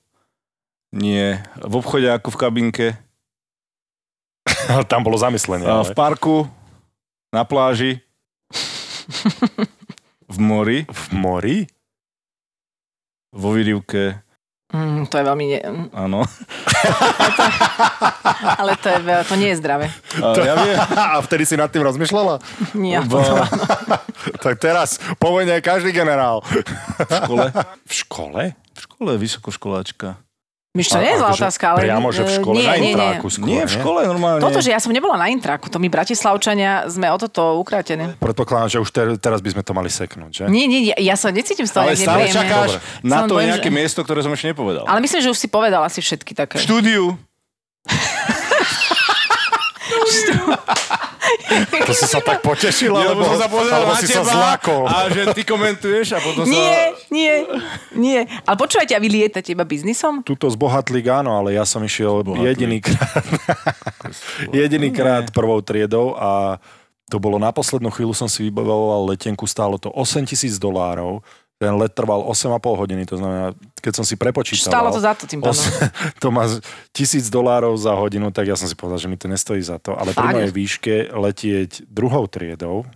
S1: Nie. V obchodiaku, v kabinke?
S3: Ale tam bolo zamyslenie.
S1: A
S3: Ale...
S1: v parku, na pláži, v mori,
S3: V mori?
S1: vo výrivke,
S2: Mm, to je veľmi... Ne...
S1: áno.
S2: Ale to, je, veľ- to nie je zdravé.
S1: A ja viem,
S3: A vtedy si nad tým rozmýšľala?
S2: Nie.
S1: v,
S3: tak teraz, povojne každý generál.
S1: v škole,
S3: V škole?
S1: v škole vysokoškoláčka.
S2: Myš, to nie je zlá
S3: Akože
S2: otázka, ale...
S3: Priamo, že v
S2: e,
S3: škole,
S2: nie,
S3: na
S2: nie, nie.
S3: intráku skôr,
S1: Nie, v škole normálne.
S2: Toto, že ja som nebola na intráku, to my Bratislavčania sme o toto ukratení.
S3: Predpokladám, že už ter- teraz by sme to mali seknúť, že?
S2: Nie, nie, ja, ja sa necítim z toho
S1: Ale
S2: nejak
S1: stále
S2: nepríjemne.
S1: čakáš
S3: Dobre.
S1: na
S2: Som
S1: to
S2: bojím,
S1: nejaké
S2: že-
S1: miesto, ktoré som ešte nepovedal.
S2: Ale myslím, že už si povedala si všetky
S1: V
S2: také.
S1: štúdiu.
S3: To si sa tak potešila,
S1: Ja,
S3: alebo,
S1: lebo som sa pozrel
S3: alebo
S1: na
S3: si sa
S1: teba
S3: zlákol.
S1: a že ty komentuješ a potom
S2: Nie,
S1: sa...
S2: nie, nie. Ale počúvajte, a vy lietate iba biznisom?
S3: Tuto z Bohatlík áno, ale ja som išiel
S1: Bohatlík.
S3: jediný krát, jediný krát prvou triedou a to bolo na poslednú chvíľu som si vybavoval letenku, stálo to 8 tisíc dolárov, ten let trval 8,5 hodiny, to znamená, keď som si prepočítal...
S2: Stálo to za to tým pádom.
S3: to má z- tisíc dolárov za hodinu, tak ja som si povedal, že mi to nestojí za to, ale pri
S2: Fakt?
S3: mojej výške letieť druhou triedou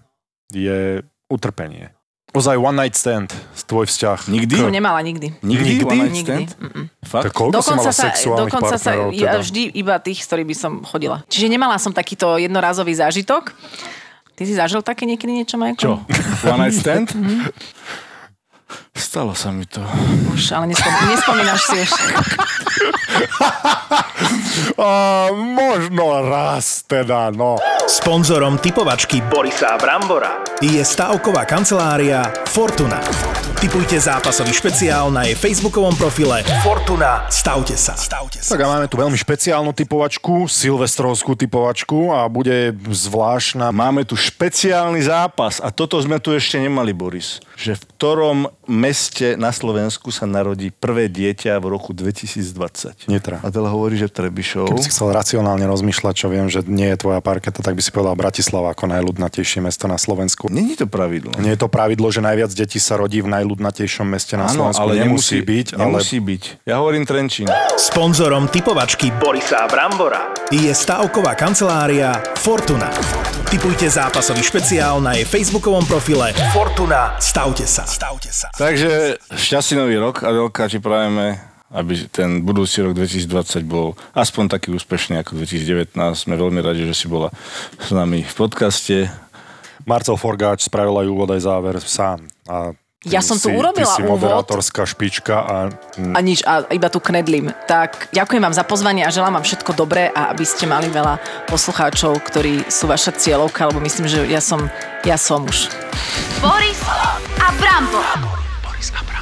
S3: je utrpenie. Ozaj one night stand, tvoj vzťah.
S1: Nikdy?
S2: Som nemala nikdy.
S1: Nikdy?
S3: Nikdy?
S1: One night
S2: Nikdy.
S1: stand?
S2: Mm-mm.
S1: Fakt?
S3: Tak koľko si
S2: Dokonca
S3: mala
S2: sa,
S3: sexuálnych
S2: dokonca sa
S3: partnerov?
S2: ja
S3: teda?
S2: vždy iba tých, s ktorými som chodila. Čiže nemala som takýto jednorazový zážitok. Ty si zažil také niekedy niečo, Majko?
S1: Čo? One night stand? Stalo sa mi to.
S2: Už, ale nespom- nespomínaš si už.
S3: A, možno raz teda, no.
S5: Sponzorom typovačky
S6: Borisa Brambora.
S5: je stavková kancelária Fortuna. Typujte zápasový špeciál na jej facebookovom profile Fortuna. Stavte sa. Stavte sa.
S3: Tak a máme tu veľmi špeciálnu typovačku, silvestrovskú typovačku a bude zvláštna.
S1: Máme tu špeciálny zápas a toto sme tu ešte nemali, Boris. Že v ktorom meste na Slovensku sa narodí prvé dieťa v roku 2020?
S3: Nitra.
S1: Adela hovorí, že Trebišov.
S3: Keby si chcel racionálne rozmýšľať, čo viem, že nie je tvoja parketa, tak by si povedal Bratislava ako najľudnatejšie mesto na Slovensku.
S1: Není to pravidlo.
S3: Nie je to pravidlo, že najviac detí sa rodí v najľudnatejšom meste na
S1: Áno,
S3: Slovensku.
S1: ale
S3: nemusí, byť, ale
S1: Nemusí byť. Ja hovorím Trenčín.
S5: Sponzorom typovačky
S6: Borisa Brambora.
S5: je stavková kancelária Fortuna. Typujte zápasový špeciál na jej facebookovom profile Fortuna. Stavte sa. Stavte sa.
S1: Takže šťastný nový rok, Adelka, ti prajeme, aby ten budúci rok 2020 bol aspoň taký úspešný ako 2019. Sme veľmi radi, že si bola s nami v podcaste.
S3: Marcel Forgáč spravil aj úvod aj záver sám. A ty
S2: Ja som tu
S3: si-
S2: urobila
S3: ty si
S2: úvod.
S3: moderátorská špička a
S2: A nič, a iba tu knedlím. Tak ďakujem vám za pozvanie a želám vám všetko dobré a aby ste mali veľa poslucháčov, ktorí sú vaša cieľovka, lebo myslím, že ja som, ja som už.
S4: Boris a Brambor.
S6: Boris a Brambora.